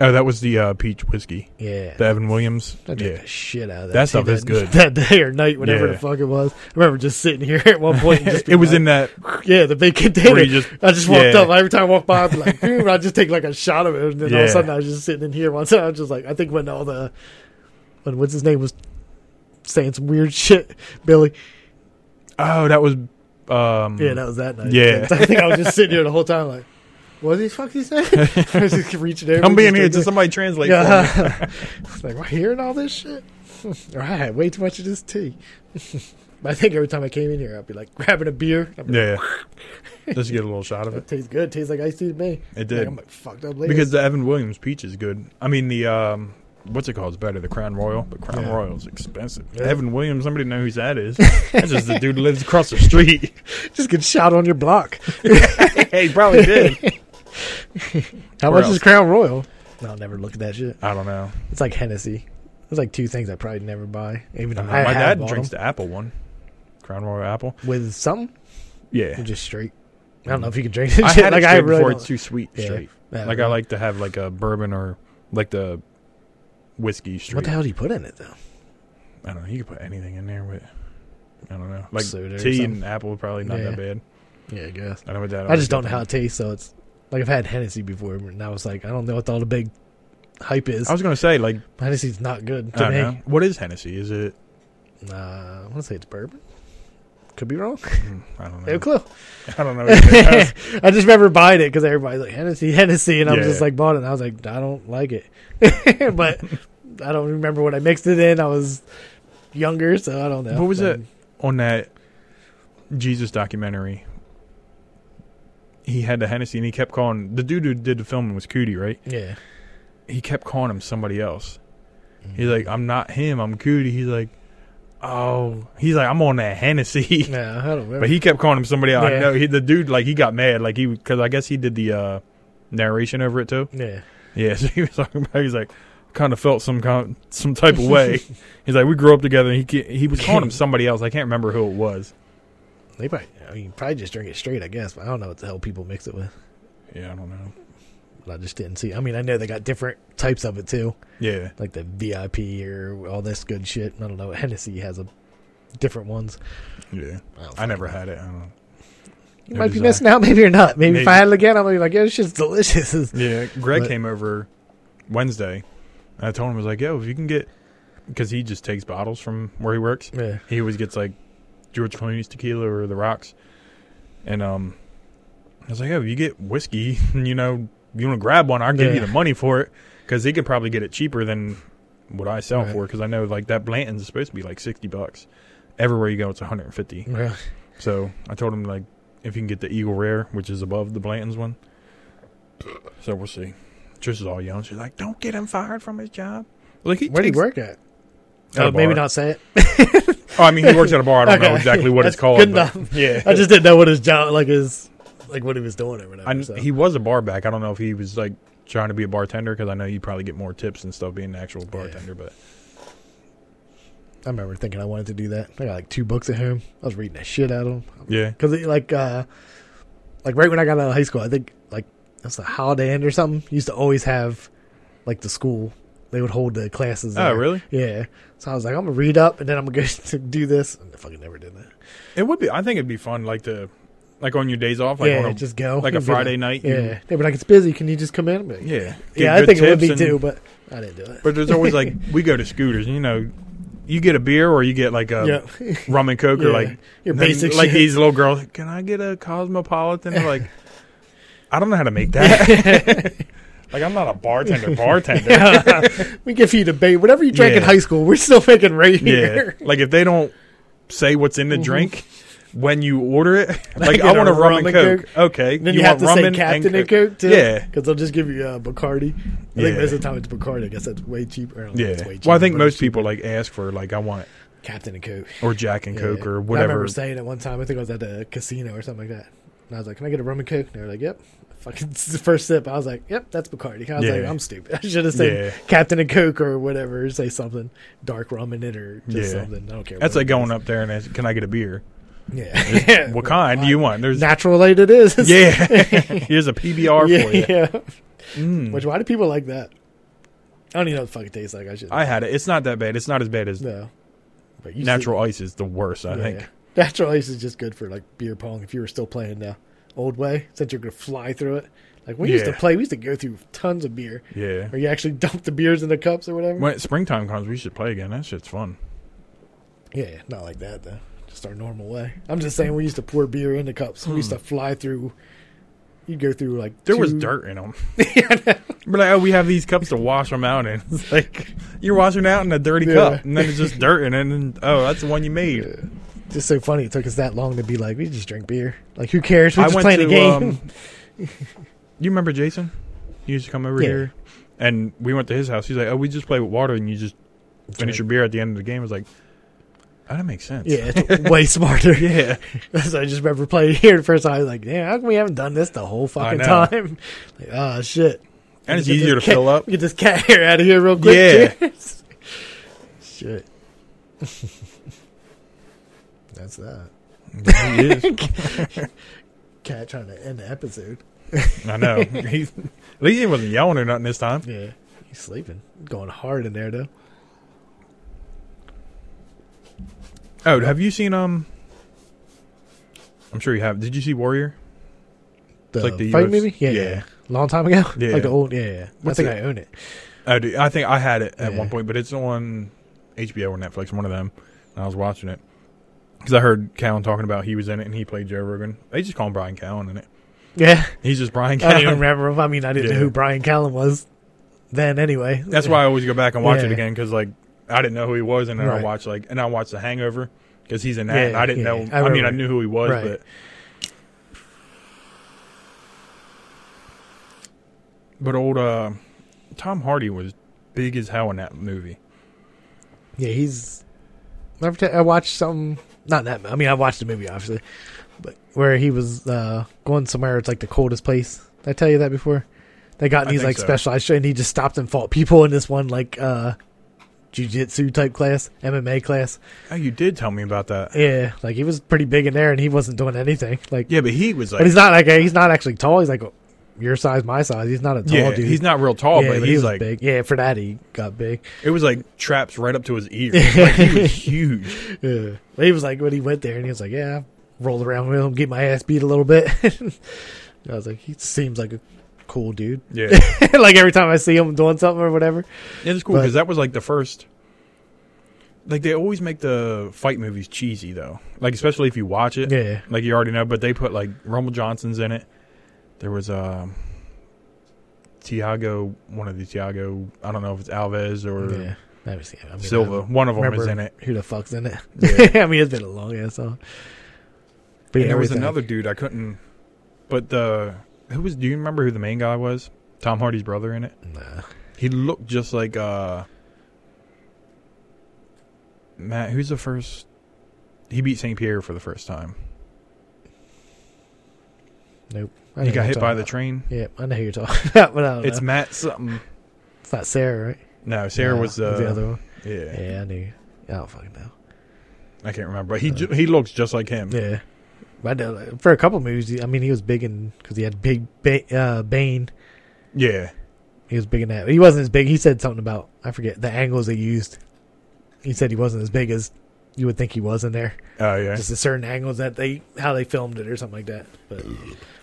oh, that was the uh, peach whiskey,
Yeah,
the Evan Williams.
I drank
Yeah,
the shit out of that.
That
tea
stuff is
that-
good.
That day or night, whatever
Yeah.
the fuck it was. I remember just sitting here at one point. And just
it was
in.
in that
Yeah, the big
where
container.
you just
I just walked
Yeah.
up. Every time I walk by, I'd be like, "Hmm," I just take like a shot of it, and then all of a
Yeah.
sudden I was just sitting in here. Once I was just like, I think when all the when
Mm-hmm.
what's his name was saying some weird shit, Billy.
oh, that was Um,
Yeah, that was that night.
Yeah.
I think I was just sitting here the whole time, like, what the fuck he say? I was just reaching over.
I'm being here.
just
Just somebody translate for me.
yeah. It's like, we're hearing all this shit? All right, way too much of this tea. but I think every time I came in here, I'd be like grabbing a beer. I'd be
Yeah, yeah. just get a little shot of
like,
it.
tastes good. Tastes like iced tea to me.
It
Like,
did
I'm like, fucked up later.
because the Evan Williams peach is good. I mean the um, what's it called? It's better. The Crown Royal, but Crown
Yeah.
Royal's expensive.
Yeah.
Evan Williams, somebody know who that is? That's just the dude who lives across the street.
just get shot on your block.
he probably did.
How
Where
much
else?
is Crown Royal? I'll never look at that shit.
I don't know.
It's like Hennessy. It's like two things I probably never buy. Even
I
though
don't know.
I
My
have
dad
bought
drinks
them.
the apple one, Crown Royal apple.
with something or
Yeah,
just straight. I don't know if you can drink that
I
shit.
had
like
it
I
straight
really
before
don't-
it's too sweet.
Yeah.
Straight.
Yeah,
Like I like to have like a bourbon or like the whiskey straight.
What the hell do you put in it though?
I don't know. You could put anything in there, but I don't know. Like
Soda or
tea
something.
and apple, probably not
Yeah.
that bad.
Yeah, I guess.
I know what that.
I just
always
don't know how it tastes, so it's like I've had Hennessy before, and I was like, I don't know what all the big hype is.
I was gonna say like
Hennessy's not good
I
to
don't
me.
know. What is Hennessy? Is it?
Uh, I want to say it's bourbon. Could be wrong.
Hmm, I don't
No
know.
clue.
I don't know.
I just remember buying it because everybody's like Hennessy, Hennessy, and I was
Yeah.
just like bought it. and I was like, I don't like it, but I don't remember what I mixed it in. I was younger, so I don't know.
What was
But-
it on that Jesus documentary? He had the Hennessy, and he kept calling the dude who did the filming was Cootie, right?
Yeah,
He kept calling him somebody else.
Mm-hmm.
He's like, I'm not him. I'm Cootie. He's like, oh, he's like, I'm on that Hennessy.
no, I don't remember.
But he kept calling him somebody else. I
Yeah.
know he, the dude like he got mad like he because I guess he did the uh, narration over it too.
yeah,
Yeah, so he was talking about he's like kind of felt some kind some type of way. he's like we grew up together. And he ca- he was calling him somebody else. I can't remember who it was.
they probably I mean, probably just drink it straight, I guess. But I don't know what the hell people mix it with.
Yeah, I don't know.
I just didn't see. I mean, I know they got different types of it too,
Yeah,
like the VIP or all this good shit. I don't know. Hennessy has a different ones.
yeah.
I, don't
I never
fucking know.
had it. I don't know.
You
no
might
desire.
be missing out. Maybe you're not. Maybe, if I
Maybe.
had it again, I'm gonna be like, yo, this shit's delicious.
Yeah, Greg
But-
came over Wednesday, and I told him I was like, yo, if you can get because he just takes bottles from where he works.
yeah.
He always gets like George Clooney's tequila or the rocks. And um I was like, oh, you get whiskey, you know, you want to grab one, I'll give you
Yeah.
the money for it because he could probably get it cheaper than what I sell for 'cause
Right.
for because I know like that Blanton's is supposed to be like 60 bucks. Everywhere you go, it's 150.
Yeah.
So I told him like if you can get the Eagle Rare, which is above the Blanton's one. So we'll see. Trish is all yelling. She's like, "Don't get him fired from his job." Like he
Where do you
takes-
work at?
At a
Oh, maybe
bar.
not say it.
Oh, I mean, he works at a bar. I don't know
Okay.
exactly what it's
That's
called.
good
but-
enough.
Yeah,
I just didn't know what his job, like his, like what he was doing or whatever.
I,
so.
he was a bar back. I don't know if he was like trying to be a bartender because I know you probably get more tips and stuff being an actual bartender. But
I remember thinking I wanted to do that. I got like two books at home. I was reading the shit out of them
yeah,
because like, uh, like right when I got out of high school, I think like that's the Holiday Inn or something used to always have like the school. They would hold the classes.
Oh,
there.
really?
Yeah. So I was like, I'm gonna read up and then I'm gonna go to do this. And I fucking never did that.
it would be. I think it'd be fun, like to like on your days off, like
yeah,
on a,
just go
like a
It'd be
Friday night.
Yeah.
you-
They were like, it's busy. Can you just come in? I'm like,
yeah, get
Yeah, I
good
think it would
tips
be
and-
too, but I didn't do it.
But there's always like we go to scooters, and you know, you get a beer or you get like a
yeah.
rum and coke
Yeah,
or um, like
your
then,
basic
like
shit.
these little girls. like, Can I get a cosmopolitan? They're like, I don't know how to make that. like I'm not a bartender. Bartender.
we give you the bait. Whatever you drank in
Yeah.
high school, we're still making right
Yeah.
here.
Like if they don't say what's in the drink when you order it, like,
Like
I
in
want
a
a rum, and coke. Okay.
And then you, have to say
and-
Captain
and
and Coke too.
Yeah.
because they'll just give you uh, Bacardi. I
Yeah.
think most of the time it's Bacardi. I guess that's way cheaper. I don't know if it's
Yeah.
way cheaper,
Well, I think
but
most
it's
people like ask for like I want
Captain and Coke
or Jack and
Yeah.
Coke or
I
whatever.
remember saying it one time. I think I was at a casino or something like that. And I was like, "Can I get a rum and Coke?" And they were like, "Yep." Fucking the first sip, I was like, "Yep, that's Bacardi." I was
Yeah.
like, "I'm stupid. I should have said
Yeah.
Captain and Coke or whatever. Say something dark rum in it or just
Yeah.
something. I don't care."
That's
what
like
it is.
going up there and asking, "Can I get a beer?
Yeah.
What kind do you want?" There's
Natural light it is.
yeah. Here's a PBR
yeah,
for you.
yeah.
Mm.
Which why do people like that? I don't even know what the fuck it tastes like. I should.
I had it. It's not that bad. It's not as bad as
no. But you
natural ice is the worst. I
see- yeah,
think.
yeah. natural ice is just good for like beer pong. If you were still playing the old way, since you're gonna fly through it. Like we used to
Yeah.
play, we used to go through tons of beer,
Yeah.
or you actually dump the beers in the cups or whatever.
When springtime comes, we should play again. That shit's fun.
Yeah, not like that though. just our normal way. I'm just saying we used to pour beer into cups. We used to fly through. You go through like
Hmm. There was
two-
dirt in them.
Yeah, I know.
But like, oh, we have these cups to wash them out in. It's like you're washing out in a dirty
Yeah.
cup, and then it's just dirt in it. And oh, that's the one you made.
just so funny. It took us that long to be like we just drink beer. Like who cares? We're
I
just
went
playing
to.
a game.
Um, you remember Jason? He used to come over
Yeah.
here, and we went to his house. He's like, "Oh, we just play with water, and you just finish
right.
your beer at the end of the game." I was like, "Oh, that makes sense."
yeah, it's way smarter.
yeah.
So I just remember playing here the first time. I was like, damn, how come we haven't done this the whole fucking
know.
time? Like, oh, shit.
And it's
Get this
easier to
cat-
fill up.
Get this cat hair out of here real quick.
Yeah.
Cheers. shit. That's that.
Yeah, he is.
Cat trying to end the episode.
I know. He, at least he wasn't yelling or nothing this time.
Yeah. He's sleeping. Going hard in there, though.
Oh, have you seen um? I'm sure you have. Did you see Warrior?
The
like the
fight
UFC
movie? Yeah, yeah.
Yeah.
Long time ago?
Yeah.
Like the old, yeah, yeah.
What's
I think
it-
I own it.
I do. I think I had it at
Yeah.
one point, but it's on HBO or Netflix, one of them. And I was watching it because I heard Cowan talking about he was in it and he played Joe Rogan. They just call him Brian Cowan in it.
Yeah.
He's just Brian
I don't even
Cowan.
remember. him. I mean, I didn't
Uh, Yeah.
know who Brian Callen was then anyway.
That's why I always go back and watch it
Yeah.
again because like I didn't know who he was, and then I
Right.
watched like and I watched The Hangover because he's in that.
Yeah,
and I didn't
yeah,
know.
I
I, mean, I
remember.
knew who he was,
Right.
but. But old uh, Tom Hardy was big as hell in that movie.
Yeah, he's. Every time I watched something, not that. I mean, I watched the movie obviously, but where he was uh, going somewhere, it's like the coldest place. Did I tell you that before? They got in
I
these
think
like
so.
specialized, and he just stopped and fought people in this one like uh, jujitsu type class, MMA class.
Oh, you did tell me about that.
Yeah, like he was pretty big in there, and he wasn't doing anything. Like,
Yeah, but he was like
but he's not like he's not actually tall. He's like your size, my size. He's not a tall
yeah,
dude.
he's not real tall,
yeah,
Oh, but,
but he
he's
was
like
big. Yeah, for that he got big.
it was like traps right up to his ears. like he was huge.
Yeah. But he was like, when he went there, and he was like, yeah, I rolled around with him, get my ass beat a little bit. I was like, he seems like a cool dude.
Yeah,
like every time I see him doing something or whatever.
it's cool
But-
because that was like the first. Like they always make the fight movies cheesy though. Like especially if you watch it,
Yeah.
like you already know. But they put like Rumble Johnson's in it. There was um, Tiago, one of the Tiago. I don't know if it's Alves or
yeah. I haven't seen it. I mean,
Silva.
I
One of them
remember
is in it.
Who the fuck's in it?
Yeah.
I mean, it's been a long ass song. But
and there was
everything.
another dude I couldn't. But the who was? Do you remember who the main guy was? Tom Hardy's brother in it.
Nah.
He looked just like uh Matt. Who's the first? He beat Saint Pierre for the first time.
I know
He
who you're
got hit by
talking
the
about.
train.
Yeah, I know who you're talking about, but I don't
It's
know.
Matt something.
It's not Sarah, right?
No, Sarah
No,
was
it
uh,
the other one.
Yeah,
Yeah, I knew. I don't fucking know.
I can't remember. But he ju- he looks just like him.
Uh, Yeah. But I know, like, for a couple movies, he- I mean, he was big in because he had big ba- uh, Bane.
Yeah.
He was big in that. He wasn't as big. He said something about I forget the angles they used. He said he wasn't as big as you would think he was in there.
Oh yeah.
Just the certain angles that they how they filmed it or something like that. But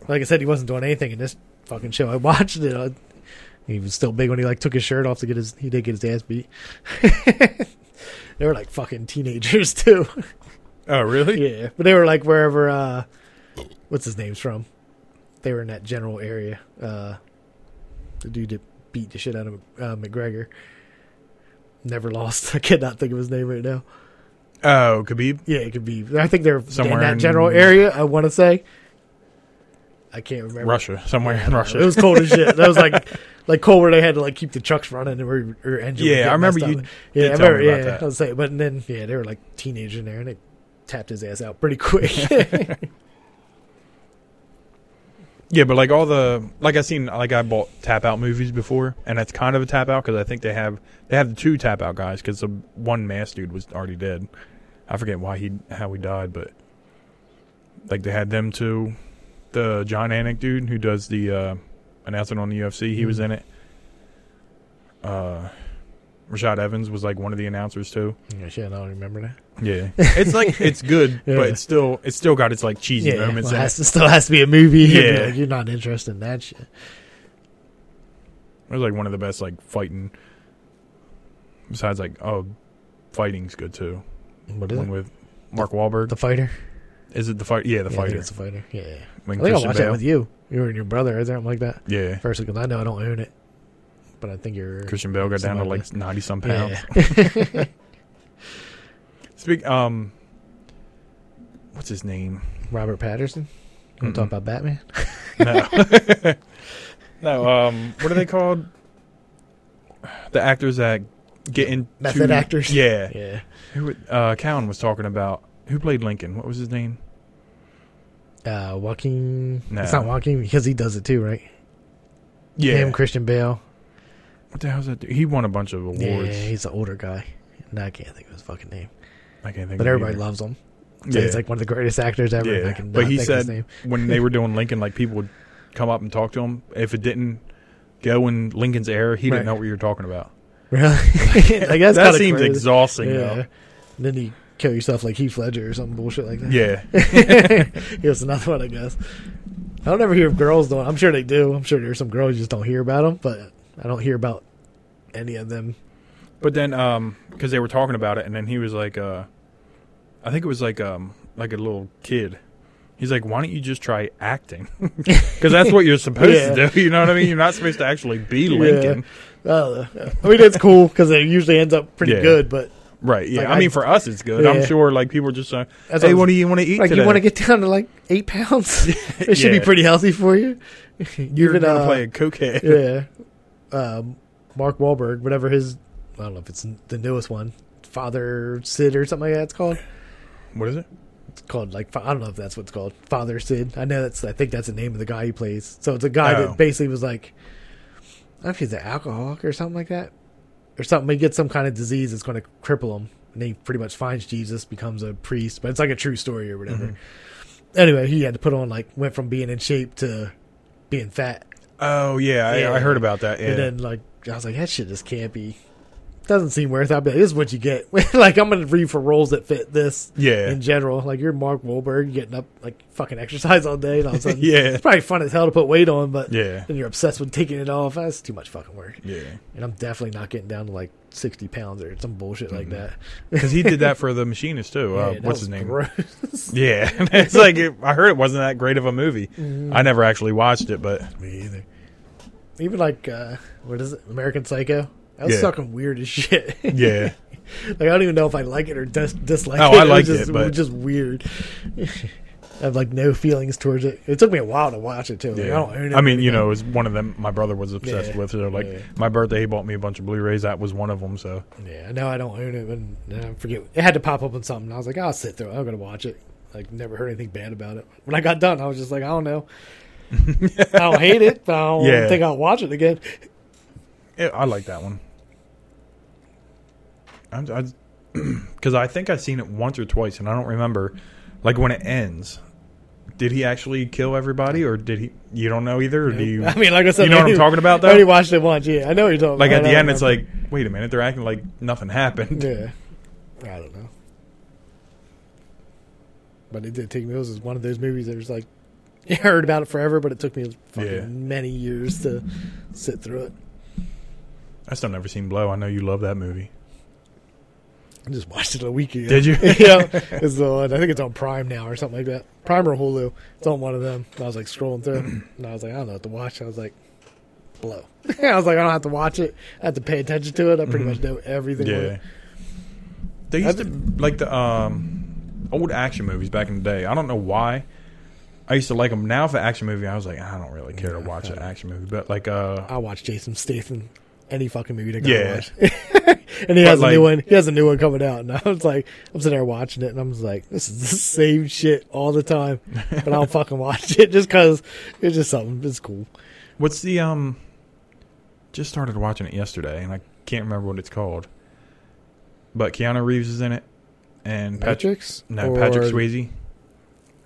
like I said, he wasn't doing anything in this fucking show. I watched it. I, he was still big when he like took his shirt off to get his. He did get his ass beat. they were like fucking teenagers too.
oh really?
Yeah, but they were like wherever uh what's his name's from. They were in that general area. Uh the dude that beat the shit out of uh, McGregor never lost. I cannot think of his name right now.
Oh Khabib.
Yeah, it could be. I think they're
Somewhere
in that
in-
general area. I want to say. I can't remember.
Russia, somewhere
I
in
don't know.
Russia.
It was cold as shit. That was like, like cold where they had to like keep the trucks running or, or engine. would
Yeah, I
get
remember
messed
you
up. Yeah, I
tell me
remember.
about
Yeah,
that.
I was saying, but then yeah, they were like teenagers in there and they tapped his ass out pretty quick.
Yeah, but like all the like I seen like I bought tap out movies before, and that's kind of a tap out because I think they have they have the two tap out guys because the one mass dude was already dead. I forget why he how he died, but like they had them two, the John Anik dude who does the uh, announcing on the UFC, he
Mm-hmm.
was in it. Uh, Rashad Evans was like one of the announcers too.
yeah, shit, I don't remember that.
Yeah, it's like it's good,
Yeah.
but it's still it's still got its like cheesy
Yeah, well,
moments.
it,
in it.
has to- still has to be a movie. You'd be
Yeah.
like, you're not interested in that shit.
It was like one of the best like fighting. Besides, like oh, fighting's good too.
What is
One
it?
with Mark Wahlberg.
The fighter.
is it the fight? Yeah, the
yeah, I think
fighter.
It's the fighter. Yeah. yeah.
When
I think I
Christian
watched
Bale-
that with you. You and your brother or something like that.
Yeah,
First, because I know I don't own it, but I think you're
Christian Bale got down to
Somebody
like
does.
ninety some pounds.
Yeah.
Speak. Um, what's his name?
Robert Patterson. Want to
Mm-mm.
talk about Batman?
No, no. Um, what are they called? The actors that get into
Method actors.
Yeah.
Yeah.
Who? would- Uh, Cowan was talking about who played Lincoln. What was his name?
Uh, Joaquin.
No.
It's not Joaquin because he does it too, right?
Yeah.
Him, Christian Bale.
what the hell's that? Dude? He won a bunch of awards.
Yeah, he's the older guy. And I can't think of his fucking name,
I can't think. of
but
it
everybody
either.
loves him. So He's like one of the greatest actors ever. and I can
but he
think
said
of his name.
when they were doing Lincoln, like people would come up and talk to him. If it didn't go in Lincoln's air, he
Right.
didn't know what you were talking about.
really, like that's
that
kinda
seems
crazy.
exhausting.
Yeah. And then you kill yourself like Heath Ledger or some bullshit like
Though.
that.
Yeah,
Here's another one, I guess. I don't ever hear of girls doing. I'm sure they do. I'm sure there's some girls you just don't hear about them, but I don't hear about any of them.
but then um, because they were talking about it, and then he was like, uh, I think it was like um, like a little kid. He's like, why don't you just try acting? Because that's what you're supposed
Yeah.
to do. You know what I mean? You're not supposed to actually be
Yeah.
Lincoln,
Uh, I mean, it's cool because it usually ends up pretty
Yeah.
good, but
right? Yeah.
Like,
I,
I-
mean, for us, it's good. I'm
Yeah.
sure like people are just uh, like,
that's
hey,
what
what
I'm-
do you want to eat?
like you
today?
want to get down to like eight pounds. it should
Yeah.
be pretty healthy for you.
You're
Even,
gonna
uh,
play a cokehead.
yeah. Um, Mark Wahlberg, whatever his, I don't know if it's the newest one, Father Sid or something like that. It's called.
What is it?
It's called like fa- I don't know if that's what it's called. Father Sid. I know that's. I think that's the name of the guy he plays. So it's a guy
Oh.
that basically was like, I don't know if he's an alcoholic or something like that, or something. He gets some kind of disease that's going to cripple him, and he pretty much finds Jesus, becomes a priest. But it's like a true story or whatever.
Mm-hmm.
Anyway, he had to put on like went from being in shape to being fat
Oh yeah,
Yeah.
I, I heard about that. Yeah.
and then like I was like, that shit just can't be. Doesn't seem worth. it. I'll be like, this is what you get. like I'm gonna read for roles that fit this.
Yeah.
In general, like you're Mark Wahlberg getting up like fucking exercise all day, and all of a sudden,
Yeah.
it's probably fun as hell to put weight on, but
yeah,
then you're obsessed with taking it off. That's too much fucking work.
yeah.
And I'm definitely not getting down to like 60 pounds or some bullshit like that.
Because he did that for the machinist too.
Yeah,
uh,
that
Mm-hmm. what's
was
his name?
Gross.
Yeah, it's like it, I heard it wasn't that great of a movie. I never actually watched it, but
Mm-hmm. Me either. Even like uh, what is it? American Psycho. That was
Yeah.
fucking weird as shit.
yeah,
Like I don't even know if I like it or dis- dislike
Oh,
it.
I
was
liked
just,
it, but-
was just weird. I have like no feelings towards it. It took me a while to watch it too. Like, I
yeah.
don't own it.
I mean, you know, it was one of them. My brother was obsessed
Yeah.
with. So like
Yeah.
my birthday, he bought me a bunch of Blu-rays. That was one of them. So
yeah, I know I don't own it, but uh, I forget it had to pop up on something. and I was like, I'll sit through. it. I'm gonna watch it. Like never heard anything bad about it. When I got done, I was just like, I don't know. I don't hate it, but I don't
Yeah.
think I'll watch it again.
yeah, I like that one. I'm, I, because I think I've seen it once or twice, and I don't remember, like when it ends. Did he actually kill everybody, or did he? You don't know either. Or do you?
I mean, like I said,
You know
I
what I'm
only-
talking about,
I
though?
already watched it once. Yeah, I know what you're talking.
Like
about.
at the
I
end, it's
remember.
like, wait a minute, they're acting like nothing happened.
Yeah. I don't know. But it did take me. It was one of those movies that was like, I heard about it forever, but it took me fucking
Yeah.
many years to sit through it.
I still never seen Blow. I know you love that movie.
I just watched it a week ago.
Did you?
yeah. It's the one, I think it's on Prime now or something like that. Prime or Hulu. It's on one of them. And I was like scrolling through and I was like, I don't know what to watch. I was like, blow. I was like, I don't have to watch it. I have to pay attention to it. I pretty
Mhm.
much know everything. with
Yeah.
it.
They used to like the um old action movies back in the day. I don't know why. I used to like them. Now, for action movie, I was like, I don't really care to
Yeah,
watch
I
an action movie. But like, uh,
I watch Jason Statham any fucking movie that yeah.
Yeah.
watch. and he has
But,
a new
like-
one. He has a new one coming out, and I was like, I'm sitting there watching it, and I'm just like, this is the same shit all the time, but I'll fucking watch it just because it's just something. It's cool.
what's the um? Just started watching it yesterday, and I can't remember what it's called. But Keanu Reeves is in it, and Patrick.
Patrick's
No,
Or-
Patrick Swayze.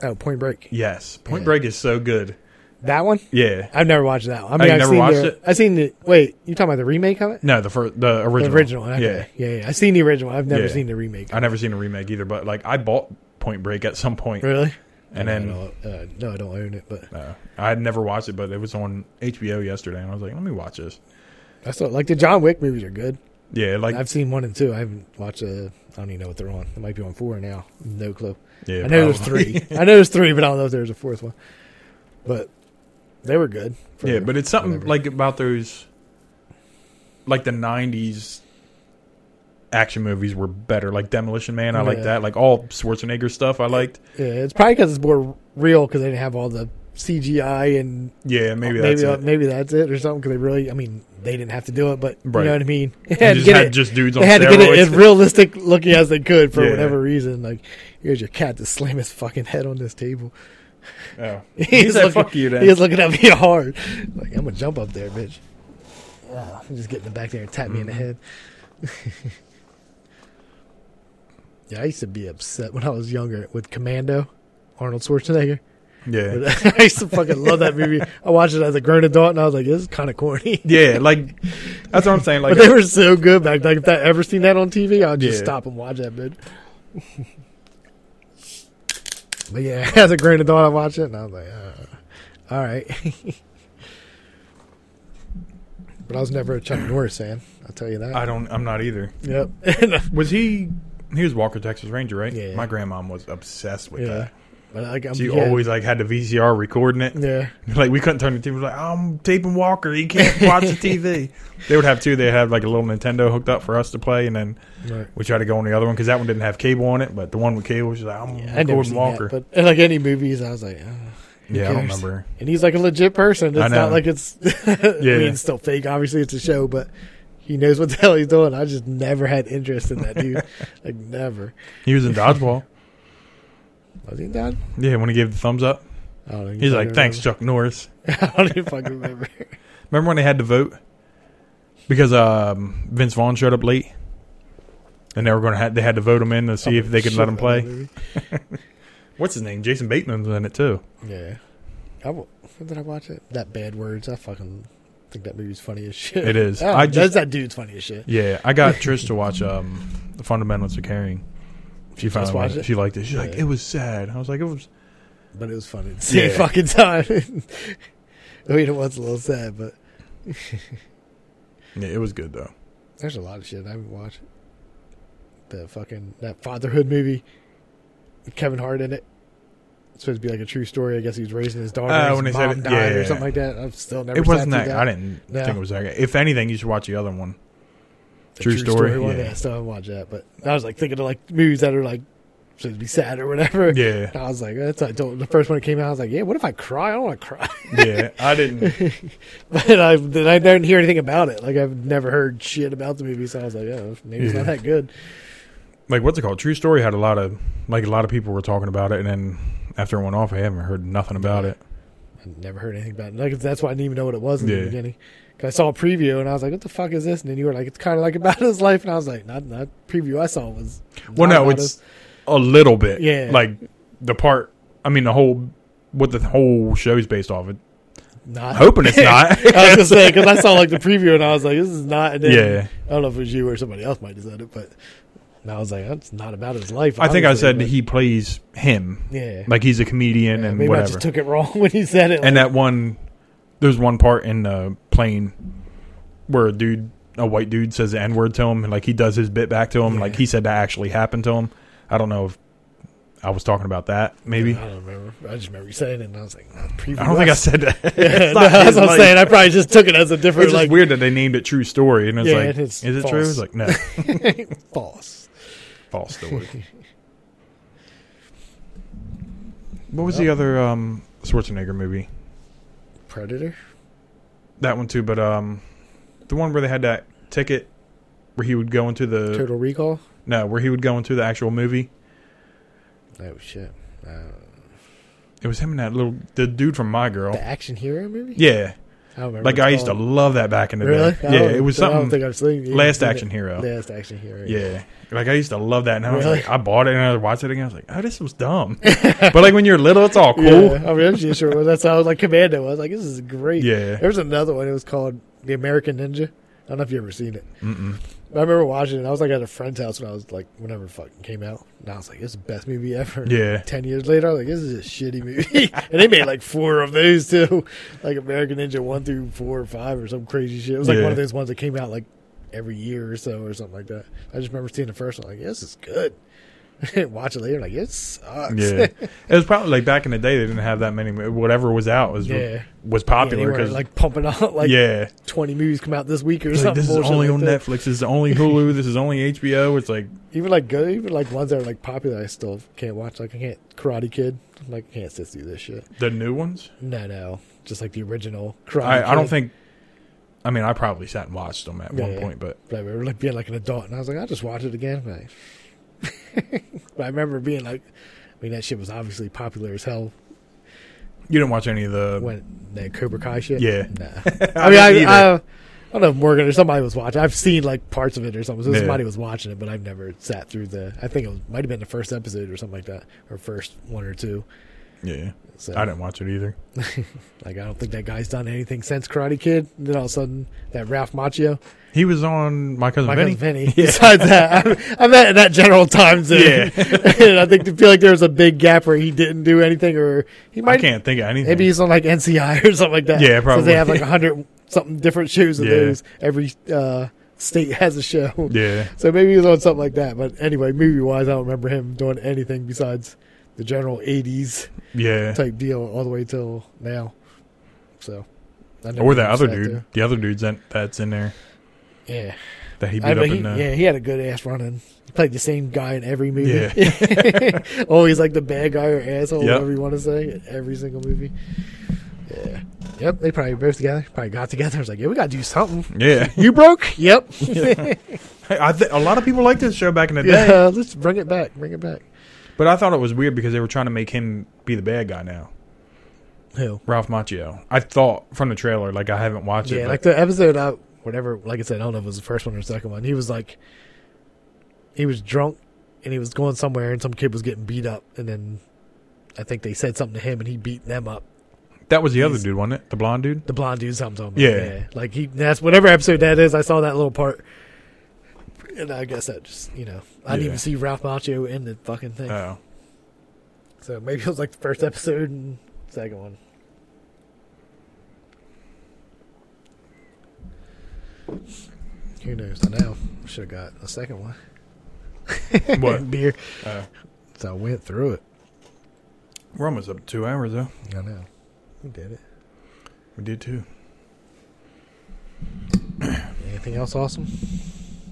Oh, Point Break.
Yes, Point
Yeah.
Break is so good.
That one.
Yeah.
I've never watched that one. I
Oh, you
mean, I've
never
seen
watched
the,
it?
I've seen the. Wait, you talking about the remake of it?
No, the first, the original.
The original. one, Okay. Yeah. yeah, yeah. I've seen the original. I've never
Yeah.
seen the remake.
I never seen a remake either, but like I bought Point Break at some point,
Really?
and
I
then
don't, uh, no, I don't own it, but
uh, I had never watched it, but it was on HBO yesterday, and I was like, let me watch this.
I saw like the John Wick movies are good.
Yeah, like
I've seen one and two. I haven't watched a. I don't even know what they're on. It might be on four now. No clue.
yeah,
I know there's
probably.
three. I know there's three, but I don't know if there's a fourth one. But they were good. for
yeah, but it's something
whatever.
like about those, like the '90s action movies were better. Like Demolition Man, I like
Yeah.
that. Like all Schwarzenegger stuff, I liked.
yeah, it's probably because it's more real because they didn't have all the CGI and
Yeah, maybe
maybe
that's
uh,
it.
maybe that's it or something. Because they really, I mean, they didn't have to do it, but
Right.
you know what I mean. They
They
had to
just
get
had
it.
just dudes on
They had to get it
steroids.
as realistic looking as they could for
Yeah.
whatever reason. Like, here's your cat to slam his fucking head on this table.
Oh.
He
He
was
said,
looking-
"Fuck you,
He was
then."
looking at me hard. Like, I'm going to jump up there, bitch. Ah, just get in the back there and tap me in the head. yeah, I used to be upset when I was younger with Commando, Arnold Schwarzenegger.
Yeah,
But I used to fucking love that movie. I watched it as a grown adult and I was like, this is kind of corny.
yeah, like that's what I'm saying. Like
but they were so good back Like, if I ever seen that on TV, I'd just
Yeah.
stop and watch that bitch. but yeah, as a grown adult, I watched it and I was like, uh, all right. but I was never a Chuck Norris fan. I'll tell you that.
I don't. I'm not either.
yep.
Was he? He was Walker Texas Ranger, right?
Yeah.
My grandmom was obsessed with
yeah.
that.
But like, I'm,
She
yeah,
always like had the VCR recording it.
Yeah.
Like we couldn't turn the TV. Like I'm taping Walker. He can't watch the TV. They would have two. They have like a little Nintendo hooked up for us to play, and then
Right.
we tried to go on the other one because that one didn't have cable on it. But the one with cable, she's like, I'm
Yeah, I never
recording
seen
Mm, Walker.
Walker. That, but like any movies, I was like, uh, who
yeah, I don't
cares?
remember.
And he's like a legit person.
I
It's
know.
not like it's I mean, it's still fake. Obviously, it's a show, but he knows what the hell he's doing. I just never had interest in that dude. like never.
He was in Dodgeball.
Was he that?
yeah, when he gave the thumbs up,
I don't know.
he's like, "Thanks, Chuck Norris."
I don't even fucking remember.
Remember when they had to vote because um, Vince Vaughn showed up late, and they were going to have, they had to vote him in to see if they could let him play. What's his name? Jason Bateman's in it too.
Yeah. I, wa- did I watch it? That bad words. I fucking think that movie's funny as shit.
It is.
I
I
just,
just-
that dude's funny as shit.
Yeah, I got Trish to watch um, the Fundamentals of Carrying. She
Just
finally watched
watched
it.
it?
She liked it. She's like,
Yeah.
it was sad. I was like, it was.
But it was funny at the same
Yeah.
fucking time. I mean, it was a little sad, but
Yeah, it was good though.
There's a lot of shit I haven't watched. The fucking that fatherhood movie with Kevin Hart in it. It's supposed to be like a true story. I guess he was raising his daughter.
Oh,
his
when they said
mom
it-
died
yeah, yeah,
or something like that. I've still never.
it wasn't
sat
that.
through
I didn't
No.
think it was that. good. If anything, you should watch the other one.
The
True Story,
one.
yeah.
I still haven't watched that. But I was like thinking of like movies that are like supposed to be sad or whatever.
Yeah,
And I was like, that's I don't, the first one that came out. I was like, yeah, what if I cry? I don't want to cry.
yeah. I didn't.
but I then I didn't hear anything about it. Like I've never heard shit about the movie, so I was like, oh, maybe it's
Yeah.
not that good.
Like what's it called? True Story had a lot of like a lot of people were talking about it, and then after it went off, I haven't heard nothing about it.
I never heard anything about it. Like, that's why I didn't even know what it was in
Yeah.
the beginning. 'Cause I saw a preview and I was like, "What the fuck is this?" And then you were like, "It's kind of like about his life." And I was like, "Not that preview I saw was."
Well,
not
no,
about
it's
his-
a little bit.
Yeah.
Like the part, I mean, the whole, what the whole show's based off of.
not.
Hoping it's not.
I was gonna say because I saw like the preview and I was like, "This is not." And then,
yeah.
I don't know if it was you or somebody else might have said it, but and I was like, "That's not about his life."
I think I
obviously,"
said
but-
he plays him.
Yeah.
Like he's a comedian
Yeah,
and
maybe I
whatever.
just took it wrong when he said it.
and
like,
that one, there's one part in the plane where a dude, a white dude says the N word to him and like he does his bit back to him.
Yeah.
Like he said that actually happened to him. I don't know if I was talking about that maybe.
I don't remember. I just remember you saying it, and I was like, not preview
I don't think I
us."
said that.
Yeah,
It's
no,
not
that's
his
what I'm
life.
saying. I probably just took it as a different
It's just
like
weird that they named it True Story, and it's
Yeah,
like,
and it's
is it
false.
true? It's like, no,
false.
false story. What was the other um, Schwarzenegger movie?
Predator.
That one too, but um, the one where they had that ticket where he would go into the
Total Recall.
no, where he would go into the actual movie.
Oh shit! Uh,
It was him and that little the dude from My Girl.
the action hero movie.
Yeah,
I don't remember.
like
what
I
it's
used to
called.
love that back in the
Really?
day.
I
Yeah,
don't-
it was
I don't
something.
think I've seen even
Last
seen it.
Action Hero.
Last action hero.
Yeah. Like I used to love that, and I was
Really?
like, I bought it and I watched it again. I was like, oh, this was dumb. but like when you're little, it's all cool.
Yeah, I mean, I'm just sure. it was. That's how like Commando. was like, this is great.
Yeah.
There was another one. It was called The American Ninja. I don't know if you ever seen it.
Mm-mm.
But I remember watching it. I was like at a friend's house when I was like, whenever it fucking came out. And I was like, this is the best movie ever.
Yeah.
Ten years later, I was like, this is a shitty movie. and they made like four of those too, like American Ninja one through four or five or some crazy shit. It was like
Yeah.
one of those ones that came out like every year or so or something like that. I just remember seeing the first one like yeah, this is good. Watch it later like it sucks.
Yeah, it was probably like back in the day they didn't have that many. Whatever was out was
Yeah.
was
Yeah, they
popular
weren't,
because
like pumping out like
yeah,
twenty movies come out this week or
Like,
something.
this is
bullshit
only
like
on
that.
Netflix. This is only Hulu. this is only HBO. It's like
Even like good, even like ones that are like popular, I still can't watch. Like I can't Karate Kid. I'm like I can't sit through this shit.
the new ones.
No, no, just like the original Karate.
I, I don't
Kid.
think. I mean, I probably sat and watched them at
Yeah,
one
yeah.
point, but
But I remember like being like an adult, and I was like, I'll just watch it again. Like, but I remember being like, I mean, that shit was obviously popular as hell
you didn't watch any of the.
when that Cobra Kai shit.
Yeah.
Nah.
I
I mean,
didn't
I, I,
either.
I don't know if Morgan or somebody was watching. I've seen like parts of it or something. So
Yeah.
Somebody was watching it, but I've never sat through the. I think it was, might have been the first episode or something like that, or first one or two.
yeah,
So
I didn't watch it either.
Like, I don't think that guy's done anything since Karate Kid. And then all of a sudden, that Ralph Macchio,
He was on my cousin
my
Vinny.
cousin Vinny. Besides that, I'm, I'm at that general time zone.
Yeah.
and I think feel like there was a big gap where he didn't do anything, or he
I
might.
can't think of anything.
Maybe he's on like NCI or something like that.
Yeah,
So they
probably.
have like a hundred something different shows of
Yeah.
those. Every uh, state has a show.
yeah,
So maybe he's on something like that. But anyway, movie wise, I don't remember him doing anything besides the general '80s
yeah.
type deal all the way till now. So, I never
Or that other
sat
dude,
there.
the other dude's that that's in there
Yeah,
that he beat
I
up
mean,
in. Uh,
he, yeah, he had a good ass running. He played the same guy in every movie. Always like the bad guy or asshole,
Yep.
whatever you want to say, in every single movie. Yeah. Yep. They probably both together. Probably got together. and was like, yeah, we got to do something.
yeah.
You broke? Yep.
I th- a lot of people liked this show back in the day,
Yeah. Let's bring it back. Bring it back.
but I thought it was weird because they were trying to make him be the bad guy now.
Who?
Ralph Macchio. I thought from the trailer, like I haven't watched
Yeah.
it. Like
Like the episode out, whatever. Like I said, I don't know if it was the first one or the second one. He was like, he was drunk and he was going somewhere and some kid was getting beat up. And then I think they said something to him and he beat them up.
that was the other
he's-
dude, wasn't it? The blonde dude.
The blonde dude, something. Like,
Yeah.
like he. That's whatever episode that is. I saw that little part, and I guess that just you know I didn't
Yeah.
even see Ralph Macchio in the fucking thing.
Oh,
So maybe it was like the first episode and second one. Who knows? I know. Should have got a second one.
What?
beer?
Oh.
So I went through it.
we're almost up to two hours though.
I know. We did it.
We did too.
Anything else awesome?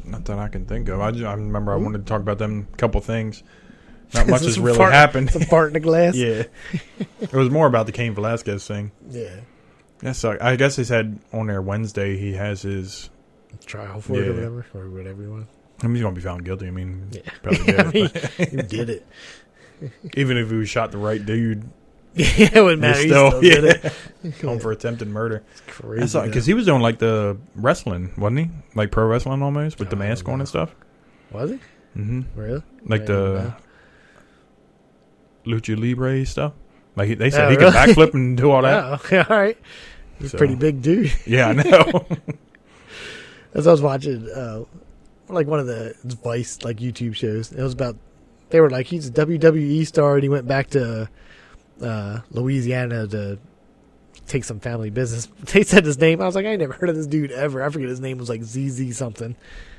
Not that I can think of. I, ju- I remember I wanted to talk about them couple things. Not
Is
much
Hmm? this
has
some
really
fart-
happened.
Some fart in the glass.
yeah, it was more about the Cain Velasquez thing.
Yeah.
That sucked. I guess they said on there Wednesday he has his.
Trial for it or
Yeah.
whatever, or whatever you want.
I mean, he's gonna be found guilty. I mean,
Yeah.
probably
I
did,
mean,
but
you did it.
even if he was shot the right dude,
Yeah, it wouldn't
he
matter. You
still,
still, did
yeah,
it.
home for attempted murder.
It's
That's
crazy.
like because he was doing like the wrestling, wasn't he? Like pro wrestling almost with the
Oh,
mask on
no.
and stuff.
was it
hmm
really
Like
I don't
the
know.
lucha libre stuff. Like he, they said,
Oh,
he could
really?
backflip and do all that.
Oh, okay, all right. He's a
So-
pretty big dude.
Yeah, I know.
As I was watching, uh, like one of the Vice like YouTube shows, it was about they were like he's a WWE star and he went back to uh, Louisiana to take some family business. They said his name. I was like, I never heard of this dude ever. I forget his name was like ZZ something.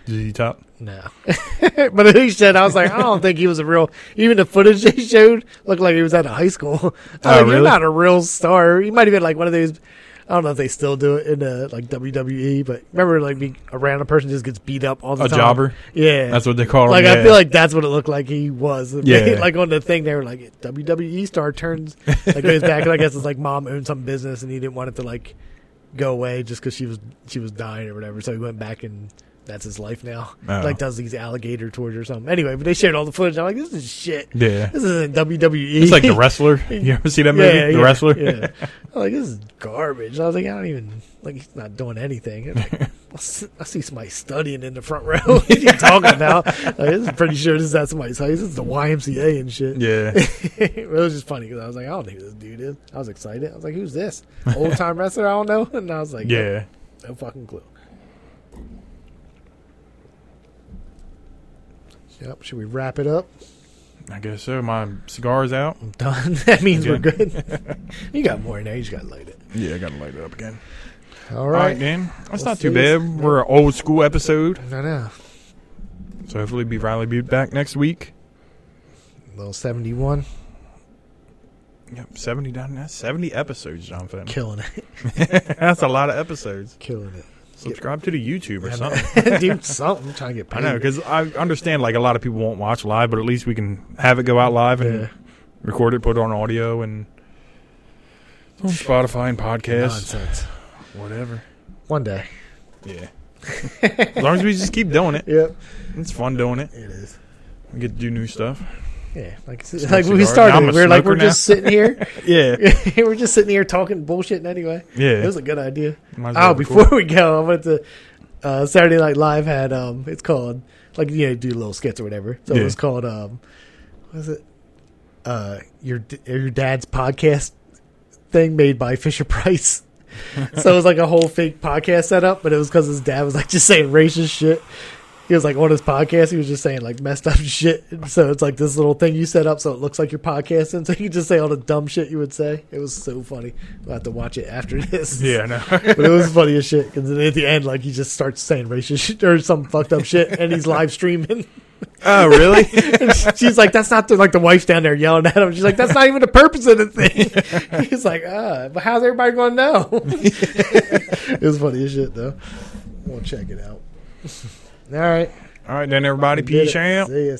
ZZ Top.
No. but he said, I was like, I don't think he was a real. Even the footage they showed looked like he was out of high school. I was
Oh,
like, You're
really?
not a real star. You might have been like one of those. I don't know if they still do it in uh, like WWE, but remember like being around a person just gets beat up all the
A
time.
jobber.
Yeah.
That's what they call him.
like I
yeah.
feel like that's what it looked like he was.
Oh, Yeah.
like on the thing they were like WWE star turns like goes back and I guess it's like mom owned some business and he didn't want it to like go away just because she was she was dying or whatever. So he went back and that's his life now.
Oh.
Like does these alligator tours or something. Anyway, but they shared all the footage. I'm like, this is shit.
Yeah.
This isn't E. WWE.
It's like the wrestler. You ever see that movie?
Yeah,
the
yeah,
wrestler.
Yeah. I'm like this is garbage. I was like, I don't even like he's not doing anything. And, like, I s- I see somebody studying in the front row. what are you talking about? Like, this is pretty sure this is at somebody's house. This is the YMCA and shit.
Yeah.
it was just funny because I was like, I don't know who this dude is. I was excited. I was like, who's this old time wrestler? I don't know. And I was like,
Yeah.
no fucking clue. Yep. Should we wrap it up?
I guess so. My cigar's out.
I'm done. that means we're
Again.
good. you got more in there. You just got to light it.
Yeah, I gotta light it up again.
All
All right,
right.
Dan. That's
We'll
not too
see you-
bad. We're an old school episode,
I know.
so hopefully, be Riley be back next week.
Little 71.
Yep, seventy down. That's seventy episodes, John Fenn.
Killing it.
that's a lot of episodes.
Killing it.
Subscribe to the YouTube or
Yeah,
something.
man. Dude, something. I'm trying to get paid.
I know because I understand like a lot of people won't watch live, but at least we can have it go out live and
Yeah.
record it, put it on audio, and it's on Spotify and podcasts,
Nonsense.
whatever.
One day.
Yeah, as long as we just keep doing it,
Yep.
it's fun doing it.
It is.
We get to do new stuff.
Yeah. Like,
Smoke
like when we
cigar.
started,
Now I'm
we
a
we're like,
smoker
we're just sitting here.
Yeah,
we're just sitting here talking bullshit anyway. It
yeah.
was a good idea.
Might as well
Oh,
record.
before we go, I went to uh, Saturday Night Live had um, it's called like you know do little skits or whatever. So
Yeah.
it was called um, what is it? Uh, your d- your dad's podcast thing made by Fisher Price. so it was like a whole fake podcast setup, but it was because his dad was like just saying racist shit. He was like on his podcast, he was just saying like messed up shit. And so it's like this little thing you set up so it looks like you're podcasting. So you just say all the dumb shit you would say. It was so funny. We'll have to watch it after this
yeah, I know.
but it was funny as shit because at the end, like he just starts saying racist shit or some fucked up shit, and he's live streaming.
oh, really?
And she's like, "That's not the, like the wife down there yelling at him." She's like, "That's not even the purpose of the thing." he's like, "Ah, but how's everybody going to know?" it was funny as shit though. We'll check it out. All right,
All right, then, everybody,
did
peace
it.
out.
See ya.